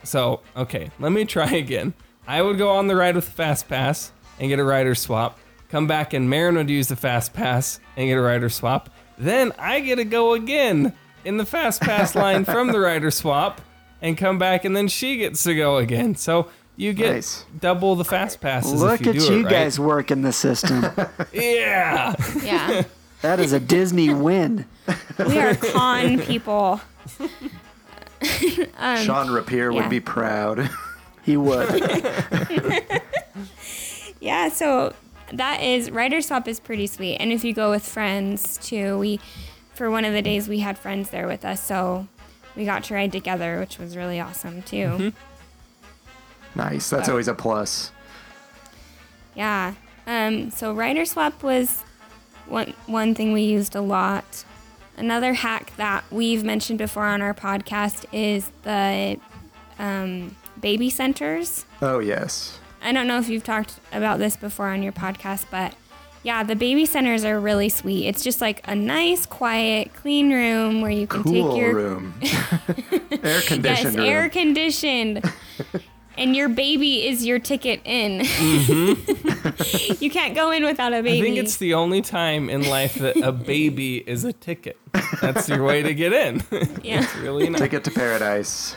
[SPEAKER 8] So okay, let me try again. I would go on the ride with the fast pass and get a rider swap. Come back and Marin would use the fast pass and get a rider swap. Then I get to go again in the fast pass line from the rider swap and come back and then she gets to go again. So you get
[SPEAKER 5] Nice.
[SPEAKER 8] double the fast passes.
[SPEAKER 6] Look
[SPEAKER 8] if you
[SPEAKER 6] at
[SPEAKER 8] do it
[SPEAKER 6] you
[SPEAKER 8] right.
[SPEAKER 6] guys working the system.
[SPEAKER 8] Yeah.
[SPEAKER 9] Yeah.
[SPEAKER 6] that is a Disney win.
[SPEAKER 9] We are con people.
[SPEAKER 5] Sean Rapier
[SPEAKER 9] yeah.
[SPEAKER 5] would be proud.
[SPEAKER 6] He would.
[SPEAKER 9] Yeah, so that is rider swap is pretty sweet. And if you go with friends too, we for one of the days we had friends there with us, so we got to ride together, which was really awesome too.
[SPEAKER 5] nice. That's always a plus.
[SPEAKER 9] Yeah. Um, so rider swap was one one thing we used a lot. Another hack that we've mentioned before on our podcast is the um, baby centers.
[SPEAKER 5] Oh yes.
[SPEAKER 9] I don't know if you've talked about this before on your podcast, but yeah, the baby centers are really sweet. It's just like a nice, quiet, clean room where you can
[SPEAKER 5] Cool
[SPEAKER 9] take your
[SPEAKER 5] room. air
[SPEAKER 9] yes,
[SPEAKER 5] conditioned
[SPEAKER 9] air
[SPEAKER 5] room.
[SPEAKER 9] conditioned. and your baby is your ticket in. you can't go in without a
[SPEAKER 8] I
[SPEAKER 9] baby.
[SPEAKER 8] think it's the only time in life that a baby is a ticket. That's your way to get in.
[SPEAKER 9] yeah.
[SPEAKER 8] really nice.
[SPEAKER 5] Ticket to paradise.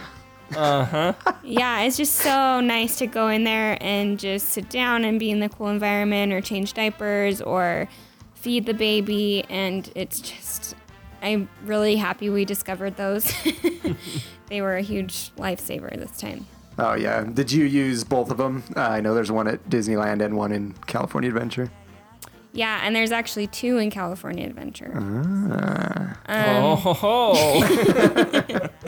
[SPEAKER 9] yeah, it's just so nice to go in there and just sit down and be in the cool environment or change diapers or feed the baby. And it's just, I'm really happy we discovered those. they were a huge lifesaver this time.
[SPEAKER 5] Oh yeah. Did you use both of them? Uh, I know there's one at Disneyland and one in California Adventure.
[SPEAKER 9] Yeah, and there's actually two in California Adventure.
[SPEAKER 8] Oh,
[SPEAKER 9] Mm-hmm.
[SPEAKER 8] ho, ho.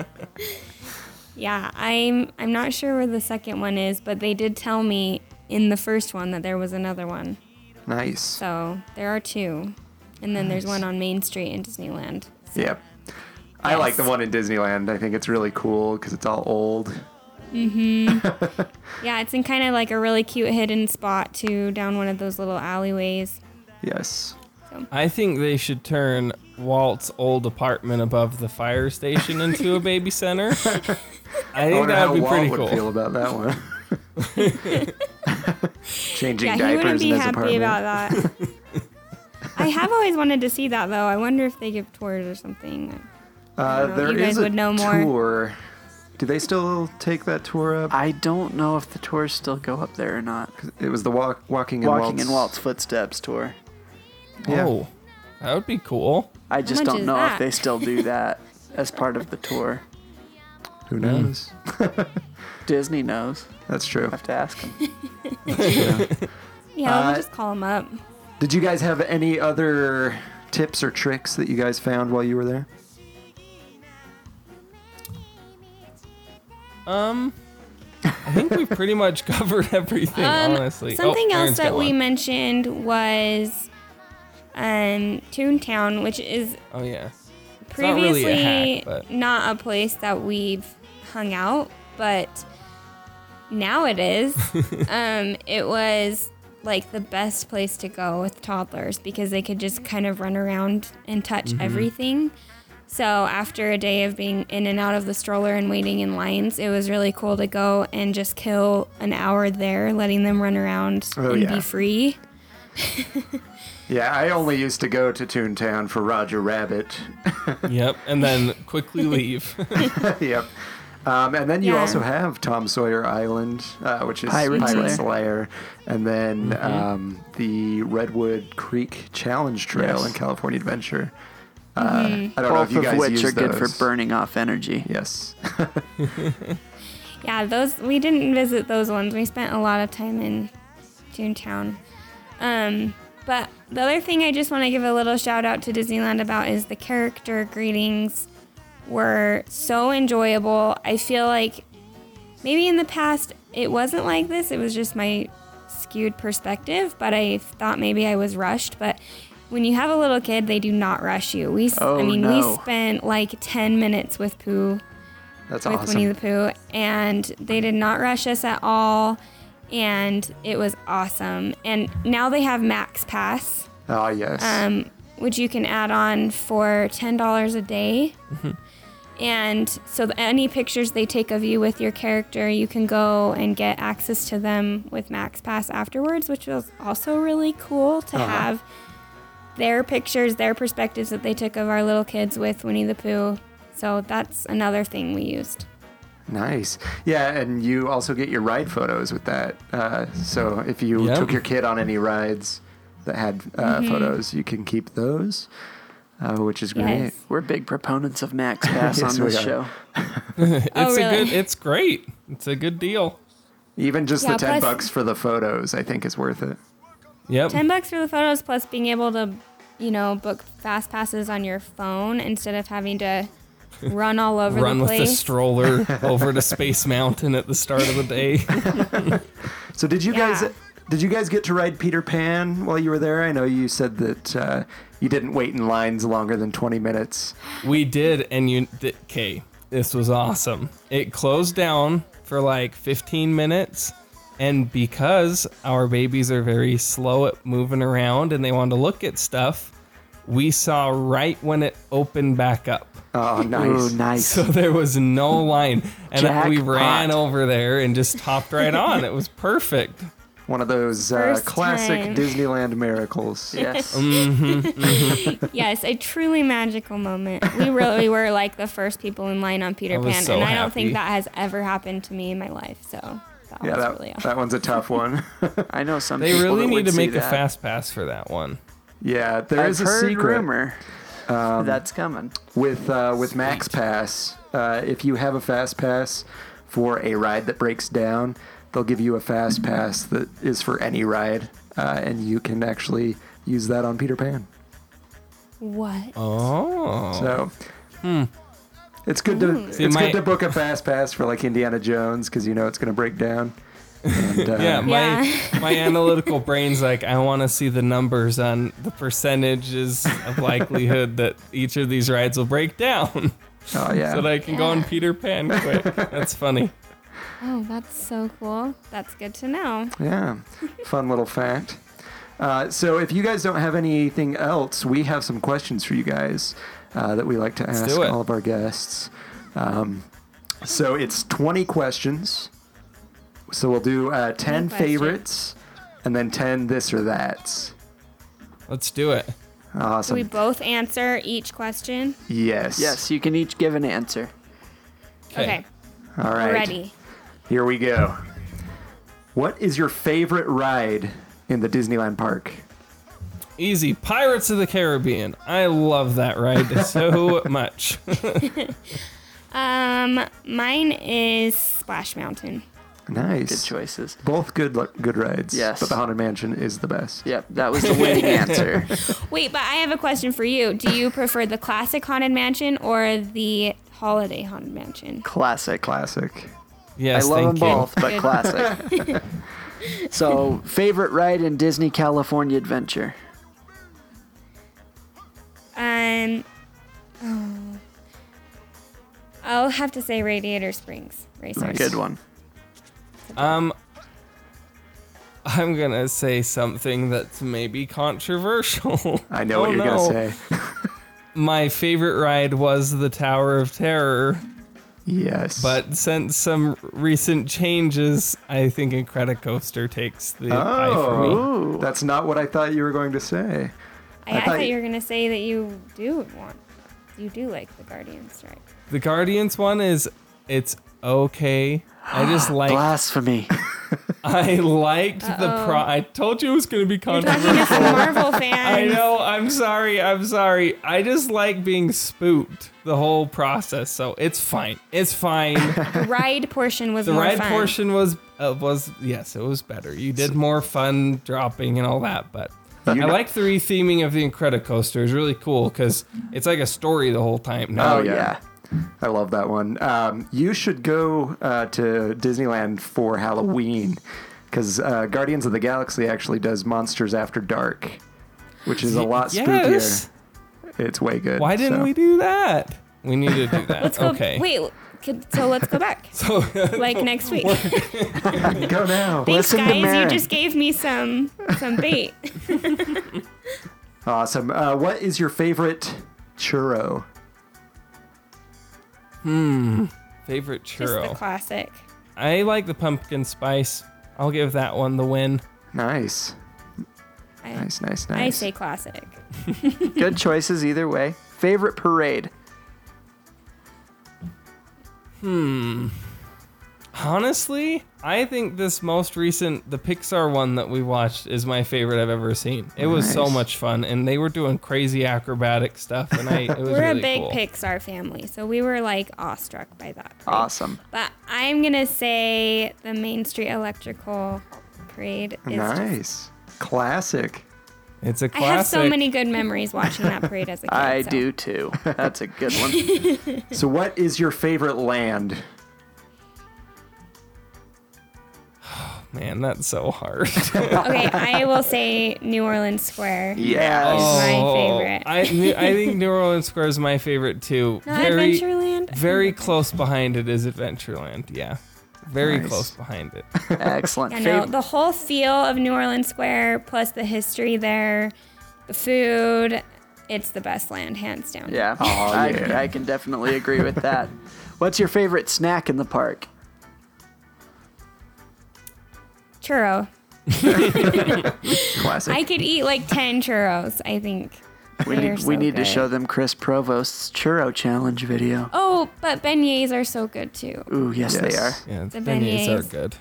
[SPEAKER 9] Yeah, I'm I'm not sure where the second one is, but they did tell me in the first one that there was another one.
[SPEAKER 5] Nice.
[SPEAKER 9] So there are two. And then there's one on Main Street in Disneyland.
[SPEAKER 5] Yep. I like the one in Disneyland. I think it's really cool because it's all old.
[SPEAKER 9] Yeah, it's in kind of like a really cute hidden spot too, down one of those little alleyways.
[SPEAKER 5] Yes.
[SPEAKER 8] I think they should turn Walt's old apartment above the fire station into a baby center. I
[SPEAKER 5] I
[SPEAKER 8] think
[SPEAKER 5] wonder
[SPEAKER 8] that
[SPEAKER 5] how
[SPEAKER 8] would be
[SPEAKER 5] Walt
[SPEAKER 8] pretty
[SPEAKER 5] would
[SPEAKER 8] cool.
[SPEAKER 5] feel about that one. Changing
[SPEAKER 9] yeah, he
[SPEAKER 5] diapers
[SPEAKER 9] wouldn't be
[SPEAKER 5] in his
[SPEAKER 9] happy
[SPEAKER 5] apartment.
[SPEAKER 9] about that. I have always wanted to see that though. I wonder if they give tours or something.
[SPEAKER 5] uh,
[SPEAKER 9] know.
[SPEAKER 5] there
[SPEAKER 9] You guys
[SPEAKER 5] is a
[SPEAKER 9] would know more.
[SPEAKER 5] tour. Do they still take that tour up?
[SPEAKER 6] I don't know if the tours still go up there or not.
[SPEAKER 5] It was the walk, walking in
[SPEAKER 6] Walking
[SPEAKER 5] Walt's.
[SPEAKER 6] in Walt's footsteps tour.
[SPEAKER 5] Yeah.
[SPEAKER 8] Oh, that would be cool.
[SPEAKER 6] I just
[SPEAKER 9] much
[SPEAKER 6] don't
[SPEAKER 9] is
[SPEAKER 6] know if
[SPEAKER 9] that?
[SPEAKER 6] they still do that as part of the tour.
[SPEAKER 5] Who knows?
[SPEAKER 6] Disney knows.
[SPEAKER 8] Mm.
[SPEAKER 5] That's true.
[SPEAKER 6] Have to ask him.
[SPEAKER 5] Uh,
[SPEAKER 9] Yeah, we'll just call them up.
[SPEAKER 5] Did you guys have any other tips or tricks that you guys found while you were there?
[SPEAKER 8] Um, I think we pretty much covered everything, honestly. Oh,
[SPEAKER 9] Um, Something
[SPEAKER 8] Aaron's
[SPEAKER 9] else that
[SPEAKER 8] got
[SPEAKER 9] we
[SPEAKER 8] one.
[SPEAKER 9] mentioned was um, Toontown, which is
[SPEAKER 8] Oh yeah. It's not
[SPEAKER 9] previously
[SPEAKER 8] really a hack, but
[SPEAKER 9] not a place that we've hung out, but now it is. um, it was like the best place to go with toddlers because they could just kind of run around and touch
[SPEAKER 8] Mm-hmm.
[SPEAKER 9] everything. So after a day of being in and out of the stroller and waiting in lines, it was really cool to go and just kill an hour there, letting them run around
[SPEAKER 5] Oh,
[SPEAKER 9] and
[SPEAKER 5] yeah.
[SPEAKER 9] be free.
[SPEAKER 5] Yeah, I only used to go to Toontown for Roger Rabbit.
[SPEAKER 8] yep. And then quickly leave.
[SPEAKER 5] yep. Um, and then you
[SPEAKER 9] Yeah.
[SPEAKER 5] also have Tom Sawyer Island, uh, which is Pirate, Slayer.
[SPEAKER 6] Pirate Slayer.
[SPEAKER 5] and then um, the Redwood Creek Challenge Trail
[SPEAKER 6] Yes.
[SPEAKER 5] in California Adventure.
[SPEAKER 9] Mm-hmm.
[SPEAKER 5] Uh, I don't know if
[SPEAKER 6] Both
[SPEAKER 5] you guys
[SPEAKER 6] of which
[SPEAKER 5] use
[SPEAKER 6] are good for
[SPEAKER 5] those.
[SPEAKER 6] burning off energy.
[SPEAKER 5] Yes.
[SPEAKER 9] Yeah, those we didn't visit those ones. We spent a lot of time in Toontown. Um, but the other thing I just want to give a little shout out to Disneyland about is the character greetings were so enjoyable. I feel like maybe in the past it wasn't like this. It was just my skewed perspective, but I thought maybe I was rushed, but when you have a little kid, they do not rush you. We, s I
[SPEAKER 6] Oh,
[SPEAKER 9] I mean,
[SPEAKER 6] no.
[SPEAKER 9] we spent like 10 minutes with Pooh
[SPEAKER 5] That's
[SPEAKER 9] with
[SPEAKER 5] awesome.
[SPEAKER 9] Winnie the Pooh, and they did not rush us at all, and it was awesome. And now they have Max Pass,
[SPEAKER 5] Ah, yes.
[SPEAKER 9] um, which you can add on for ten dollars a day.
[SPEAKER 5] Mm-hmm.
[SPEAKER 9] And so, th- any pictures they take of you with your character, you can go and get access to them with Max Pass afterwards, which was also really cool
[SPEAKER 5] Uh-huh.
[SPEAKER 9] to have their pictures, their perspectives that they took of our little kids with Winnie the Pooh. So, that's another thing we used.
[SPEAKER 5] Nice. Yeah, and you also get your ride photos with that. Uh, so if you
[SPEAKER 8] Yeah.
[SPEAKER 5] took your kid on any rides that had uh,
[SPEAKER 9] Mm-hmm.
[SPEAKER 5] photos, you can keep those, uh, which is great.
[SPEAKER 9] Yes.
[SPEAKER 6] We're big proponents of Max Pass
[SPEAKER 5] Yes,
[SPEAKER 6] on
[SPEAKER 5] we
[SPEAKER 6] this
[SPEAKER 5] are.
[SPEAKER 6] show.
[SPEAKER 9] Oh,
[SPEAKER 8] it's a
[SPEAKER 9] really?
[SPEAKER 8] good it's great. It's a good deal.
[SPEAKER 5] Even just
[SPEAKER 9] Yeah,
[SPEAKER 5] the 10
[SPEAKER 9] plus-
[SPEAKER 5] bucks for the photos, I think, is worth it.
[SPEAKER 8] Yep.
[SPEAKER 9] 10 bucks for the photos plus being able to you know book fast passes on your phone instead of having to run all over
[SPEAKER 8] Run
[SPEAKER 9] the
[SPEAKER 8] with the
[SPEAKER 9] place
[SPEAKER 8] stroller over to Space Mountain at the start of the day.
[SPEAKER 5] So did you
[SPEAKER 9] Yeah.
[SPEAKER 5] guys did you guys get to ride Peter Pan while you were there? I know you said that uh, you didn't wait in lines longer than 20 minutes.
[SPEAKER 8] We did, and you. Th- okay, this was awesome. It closed down for like 15 minutes, and because our babies are very slow at moving around and they want to look at stuff, we saw right when it opened back up.
[SPEAKER 5] Oh,
[SPEAKER 6] Oh,
[SPEAKER 5] nice.
[SPEAKER 6] nice.
[SPEAKER 8] So there was no line, and we
[SPEAKER 6] Jackpot.
[SPEAKER 8] ran over there and just hopped right on. It was perfect.
[SPEAKER 5] One of those uh,
[SPEAKER 9] First
[SPEAKER 5] classic
[SPEAKER 9] time.
[SPEAKER 5] Disneyland miracles.
[SPEAKER 6] yes.
[SPEAKER 9] yes a truly magical moment we really were like the first people in line on peter
[SPEAKER 8] I was
[SPEAKER 9] pan
[SPEAKER 8] so
[SPEAKER 9] and i don't
[SPEAKER 8] happy.
[SPEAKER 9] think that has ever happened to me in my life so that
[SPEAKER 5] Yeah,
[SPEAKER 9] was
[SPEAKER 5] that,
[SPEAKER 9] really awesome
[SPEAKER 5] that one's a tough one.
[SPEAKER 6] I know some
[SPEAKER 8] They
[SPEAKER 6] people
[SPEAKER 8] really
[SPEAKER 6] that would
[SPEAKER 8] need to
[SPEAKER 6] see
[SPEAKER 8] make a
[SPEAKER 6] that.
[SPEAKER 8] fast pass for that one.
[SPEAKER 5] yeah, there
[SPEAKER 6] I've
[SPEAKER 5] is a
[SPEAKER 6] heard
[SPEAKER 5] secret.
[SPEAKER 6] rumor
[SPEAKER 8] Um,
[SPEAKER 6] that's coming.
[SPEAKER 5] with uh, with Max Pass. Uh, if you have a fast pass for a ride that breaks down, they'll give you a fast pass that is for any ride, uh, and you can actually use that on Peter Pan.
[SPEAKER 9] what
[SPEAKER 8] Uh, Oh,
[SPEAKER 5] So. It's good to it's
[SPEAKER 8] my-
[SPEAKER 5] good to book a fast pass for like Indiana Jones because you know it's going to break down. And, uh,
[SPEAKER 8] Yeah, my
[SPEAKER 9] Yeah.
[SPEAKER 8] my analytical brain's like, I want to see the numbers on the percentages of likelihood that each of these rides will break down,
[SPEAKER 5] oh yeah.
[SPEAKER 8] so that I can go on Peter Pan quick. That's funny.
[SPEAKER 9] oh that's so cool that's good to know
[SPEAKER 5] Yeah, fun little fact. Uh, so, if you guys don't have anything else, we have some questions for you guys uh, that we like to ask
[SPEAKER 8] do it.
[SPEAKER 5] all of our guests. Um, so, it's 20 questions. So, we'll do uh, 10
[SPEAKER 9] questions.
[SPEAKER 5] favorites and then 10 this or that.
[SPEAKER 8] Let's do it.
[SPEAKER 9] do we
[SPEAKER 5] Awesome.
[SPEAKER 9] both answer each question
[SPEAKER 5] Yes.
[SPEAKER 6] Yes, you can each give an answer.
[SPEAKER 9] okay,
[SPEAKER 5] All right.
[SPEAKER 9] we're ready
[SPEAKER 5] Here we go. What is your favorite ride in the Disneyland park?
[SPEAKER 8] Easy. Pirates of the Caribbean. I love that ride so much.
[SPEAKER 9] um mine is splash mountain
[SPEAKER 5] Nice.
[SPEAKER 6] Good choices.
[SPEAKER 5] Both good good rides.
[SPEAKER 6] Yes.
[SPEAKER 5] But the Haunted Mansion is the best.
[SPEAKER 6] Yep, that was the winning answer.
[SPEAKER 9] Wait, but I have a question for you. Do you prefer the classic Haunted Mansion or the holiday Haunted Mansion?
[SPEAKER 6] Classic.
[SPEAKER 5] Classic.
[SPEAKER 6] I
[SPEAKER 8] Yes,
[SPEAKER 6] love them
[SPEAKER 8] thank you.
[SPEAKER 6] both, but classic. so, favorite ride in Disney California Adventure?
[SPEAKER 9] Um, oh. I'll have to say Radiator Springs Racers.
[SPEAKER 5] Nice.
[SPEAKER 6] Good one.
[SPEAKER 8] Um, I'm gonna say something that's maybe controversial.
[SPEAKER 5] I know
[SPEAKER 8] Oh,
[SPEAKER 5] what you're
[SPEAKER 8] no.
[SPEAKER 5] gonna say.
[SPEAKER 8] My favorite ride was the Tower of Terror,
[SPEAKER 5] yes,
[SPEAKER 8] but since some recent changes, I think Incredicoaster takes the eye for me.
[SPEAKER 5] oh, that's not what I thought you were going to say.
[SPEAKER 9] I, I,
[SPEAKER 5] thought
[SPEAKER 9] thought
[SPEAKER 5] you-
[SPEAKER 9] you were gonna say that you do want, you do like the Guardians, right?
[SPEAKER 8] The Guardians one is it's okay. I just like
[SPEAKER 6] Blasphemy.
[SPEAKER 8] I liked the
[SPEAKER 9] Uh-oh.
[SPEAKER 8] pro. I told you it was gonna be
[SPEAKER 9] You're talking
[SPEAKER 8] controversial.
[SPEAKER 9] to some Marvel fans.
[SPEAKER 8] I know. I'm sorry. I'm sorry. I just like being spooked the whole process, so it's fine. It's fine.
[SPEAKER 9] The ride portion was
[SPEAKER 8] The
[SPEAKER 9] more
[SPEAKER 8] ride
[SPEAKER 9] fun.
[SPEAKER 8] portion was uh, was yes, it was better. You did more fun dropping and all that, but I like the retheming of the Incredicoaster. It's really cool because it's like a story the whole time. Now.
[SPEAKER 5] Oh yeah. I love that one. Um, you should go uh, to Disneyland for Halloween because uh, Guardians of the Galaxy actually does Monsters After Dark, which is a lot spookier.
[SPEAKER 8] yes.
[SPEAKER 5] It's way good.
[SPEAKER 8] Why didn't
[SPEAKER 5] so.
[SPEAKER 8] we do that? We need to do that.
[SPEAKER 9] Let's go.
[SPEAKER 8] okay.
[SPEAKER 9] Wait. could- So let's go back.
[SPEAKER 8] So
[SPEAKER 9] like next week.
[SPEAKER 5] go now?
[SPEAKER 9] Thanks,
[SPEAKER 6] Listen to
[SPEAKER 9] guys. You
[SPEAKER 6] Maren.
[SPEAKER 9] just gave me some some bait.
[SPEAKER 5] Awesome. Uh, what is your favorite churro?
[SPEAKER 8] favorite
[SPEAKER 9] just the
[SPEAKER 8] churro.
[SPEAKER 9] classic.
[SPEAKER 8] I like the pumpkin spice. I'll give that one the win.
[SPEAKER 5] Nice,
[SPEAKER 9] I,
[SPEAKER 5] nice, nice, nice.
[SPEAKER 9] I say classic.
[SPEAKER 6] Good choices either way. Favorite parade.
[SPEAKER 8] Honestly, I think this most recent, the Pixar one that we watched, is my favorite I've ever seen. It was so
[SPEAKER 5] Nice.
[SPEAKER 8] much fun, and they were doing crazy acrobatic stuff, and I it was
[SPEAKER 9] We're
[SPEAKER 8] really
[SPEAKER 9] a big
[SPEAKER 8] cool.
[SPEAKER 9] Pixar family, so we were like awestruck by that. parade.
[SPEAKER 6] Awesome.
[SPEAKER 9] But I'm gonna say the Main Street Electrical Parade is. just-
[SPEAKER 5] nice, classic.
[SPEAKER 8] It's a
[SPEAKER 9] I
[SPEAKER 8] classic.
[SPEAKER 9] have so many good memories watching that parade as a kid.
[SPEAKER 6] I
[SPEAKER 9] so.
[SPEAKER 6] do too. That's a good one.
[SPEAKER 5] So, what is your favorite land?
[SPEAKER 8] Man, that's so hard.
[SPEAKER 9] Okay, I will say New Orleans Square.
[SPEAKER 6] Yes.
[SPEAKER 8] Oh,
[SPEAKER 9] favorite.
[SPEAKER 8] I I think New Orleans Square is my favorite too.
[SPEAKER 9] Not Adventureland. I
[SPEAKER 8] Very
[SPEAKER 9] think
[SPEAKER 8] close behind it is Adventureland. Yeah, very
[SPEAKER 5] Nice.
[SPEAKER 8] close behind it.
[SPEAKER 6] Excellent.
[SPEAKER 9] I know
[SPEAKER 6] Fav-
[SPEAKER 9] the whole feel of New Orleans Square, plus the history there, the food. It's the best land, hands down.
[SPEAKER 6] yeah. I, I can definitely agree with that. What's your favorite snack in the park?
[SPEAKER 9] Churro.
[SPEAKER 5] Classic.
[SPEAKER 9] I could eat like ten churros. I think.
[SPEAKER 6] We
[SPEAKER 9] They are
[SPEAKER 6] need, we
[SPEAKER 9] so
[SPEAKER 6] need to
[SPEAKER 9] good.
[SPEAKER 6] show them Chris Provost's churro challenge video.
[SPEAKER 9] Oh, but beignets are so good too.
[SPEAKER 6] Ooh, yes, they are.
[SPEAKER 5] Yes.
[SPEAKER 8] Yeah,
[SPEAKER 9] The
[SPEAKER 8] are
[SPEAKER 9] beignets.
[SPEAKER 8] good.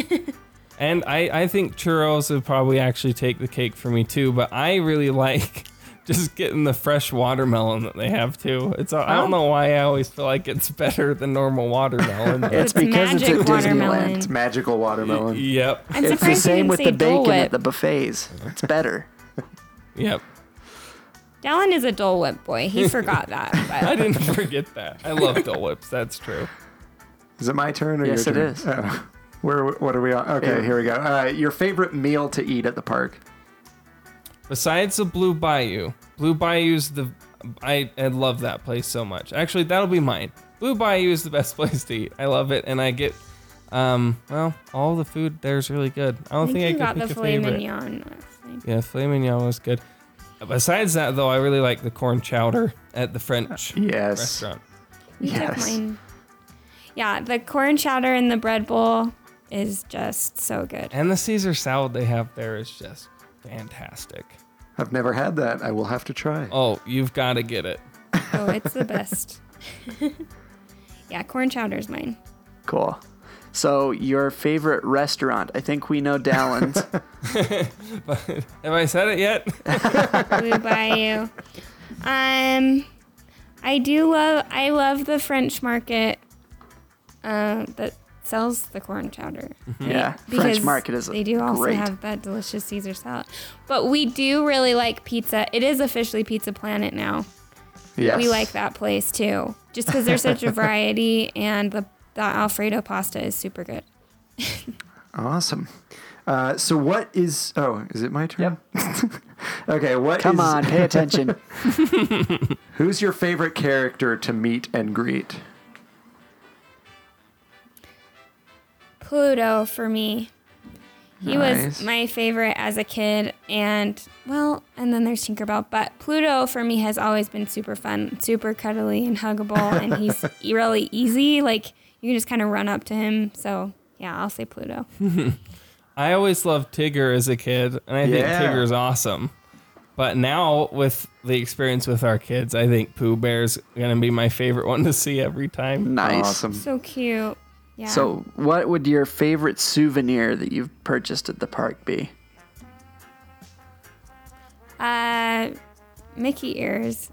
[SPEAKER 8] and I, I think churros would probably actually take the cake for me too, but I really like just getting the fresh watermelon that they have too. It's I
[SPEAKER 9] Oh.
[SPEAKER 8] don't know why I always feel like it's better than normal watermelon. but-
[SPEAKER 9] It's magic watermelon.
[SPEAKER 5] It's magical watermelon.
[SPEAKER 8] yep,
[SPEAKER 9] I'm
[SPEAKER 6] It's the
[SPEAKER 9] surprised you
[SPEAKER 6] same
[SPEAKER 9] didn't
[SPEAKER 6] with
[SPEAKER 9] say
[SPEAKER 6] the
[SPEAKER 9] Dole
[SPEAKER 6] bacon at
[SPEAKER 9] Whip.
[SPEAKER 6] the buffets. It's better.
[SPEAKER 8] yep.
[SPEAKER 9] Dallin is a Dole Whip boy. He forgot that.
[SPEAKER 8] I
[SPEAKER 9] But
[SPEAKER 8] didn't forget that. I love Dole Whips. That's true.
[SPEAKER 5] Is it my turn or
[SPEAKER 6] Yes,
[SPEAKER 5] your
[SPEAKER 6] it
[SPEAKER 5] turn?
[SPEAKER 6] is.
[SPEAKER 5] Oh. Where? What are we on? Okay,
[SPEAKER 6] Yeah.
[SPEAKER 5] here we go. Uh, your favorite meal to eat at the park?
[SPEAKER 8] Besides the Blue Bayou, Blue Bayou's the I, I love that place so much. Actually, that'll be mine. Blue Bayou is the best place to eat. I love it, and I get um well all the food there's really good. I
[SPEAKER 9] I
[SPEAKER 8] don't
[SPEAKER 9] think
[SPEAKER 8] think,
[SPEAKER 9] you
[SPEAKER 8] I
[SPEAKER 9] got
[SPEAKER 8] could
[SPEAKER 9] the
[SPEAKER 8] pick a
[SPEAKER 9] filet
[SPEAKER 8] favorite.
[SPEAKER 9] mignon last night.
[SPEAKER 8] Yeah, filet mignon was good. Besides that, though, I really like the corn chowder at the French
[SPEAKER 5] Yes.
[SPEAKER 8] restaurant.
[SPEAKER 9] You took
[SPEAKER 5] Yes.
[SPEAKER 9] mine. Yeah, the corn chowder in the bread bowl is just so good.
[SPEAKER 8] And the Caesar salad they have there is just fantastic.
[SPEAKER 5] I've never had that. I will have to try.
[SPEAKER 8] Oh, you've got to get it.
[SPEAKER 9] Oh, it's the best. yeah, corn chowder is mine.
[SPEAKER 6] Cool. So your favorite restaurant? I think we know Dallin's.
[SPEAKER 8] Have I said it yet?
[SPEAKER 9] Blue Bayou. Um, I do love. I love the French market. Uh, that sells the corn chowder.
[SPEAKER 6] yeah,
[SPEAKER 9] Because
[SPEAKER 6] French Market is
[SPEAKER 9] They do also
[SPEAKER 6] great.
[SPEAKER 9] have that delicious Caesar salad, but we do really like pizza. It is officially Pizza Planet now.
[SPEAKER 5] yes.
[SPEAKER 9] We like that place too, just because there's such a variety, and the the Alfredo pasta is super good.
[SPEAKER 5] Awesome. Uh, so what is? Oh, is it my turn? Yep. Okay, what
[SPEAKER 6] Come
[SPEAKER 5] is-
[SPEAKER 6] on, pay attention.
[SPEAKER 5] Who's your favorite character to meet and greet?
[SPEAKER 9] Pluto for me. He
[SPEAKER 5] Nice.
[SPEAKER 9] was my favorite as a kid, and well, and then there's Tinkerbell. But Pluto for me has always been super fun, super cuddly and huggable, and he's really easy. Like you can just kind of run up to him. So yeah, I'll say Pluto.
[SPEAKER 8] I always loved Tigger as a kid, and I think
[SPEAKER 5] Yeah.
[SPEAKER 8] Tigger's awesome. But now, with the experience with our kids, I think Pooh Bear's gonna be my favorite one to see every time.
[SPEAKER 6] Nice.
[SPEAKER 5] Awesome.
[SPEAKER 9] So cute. Yeah.
[SPEAKER 6] So, what would your favorite souvenir that you've purchased at the park be?
[SPEAKER 9] Uh, Mickey ears.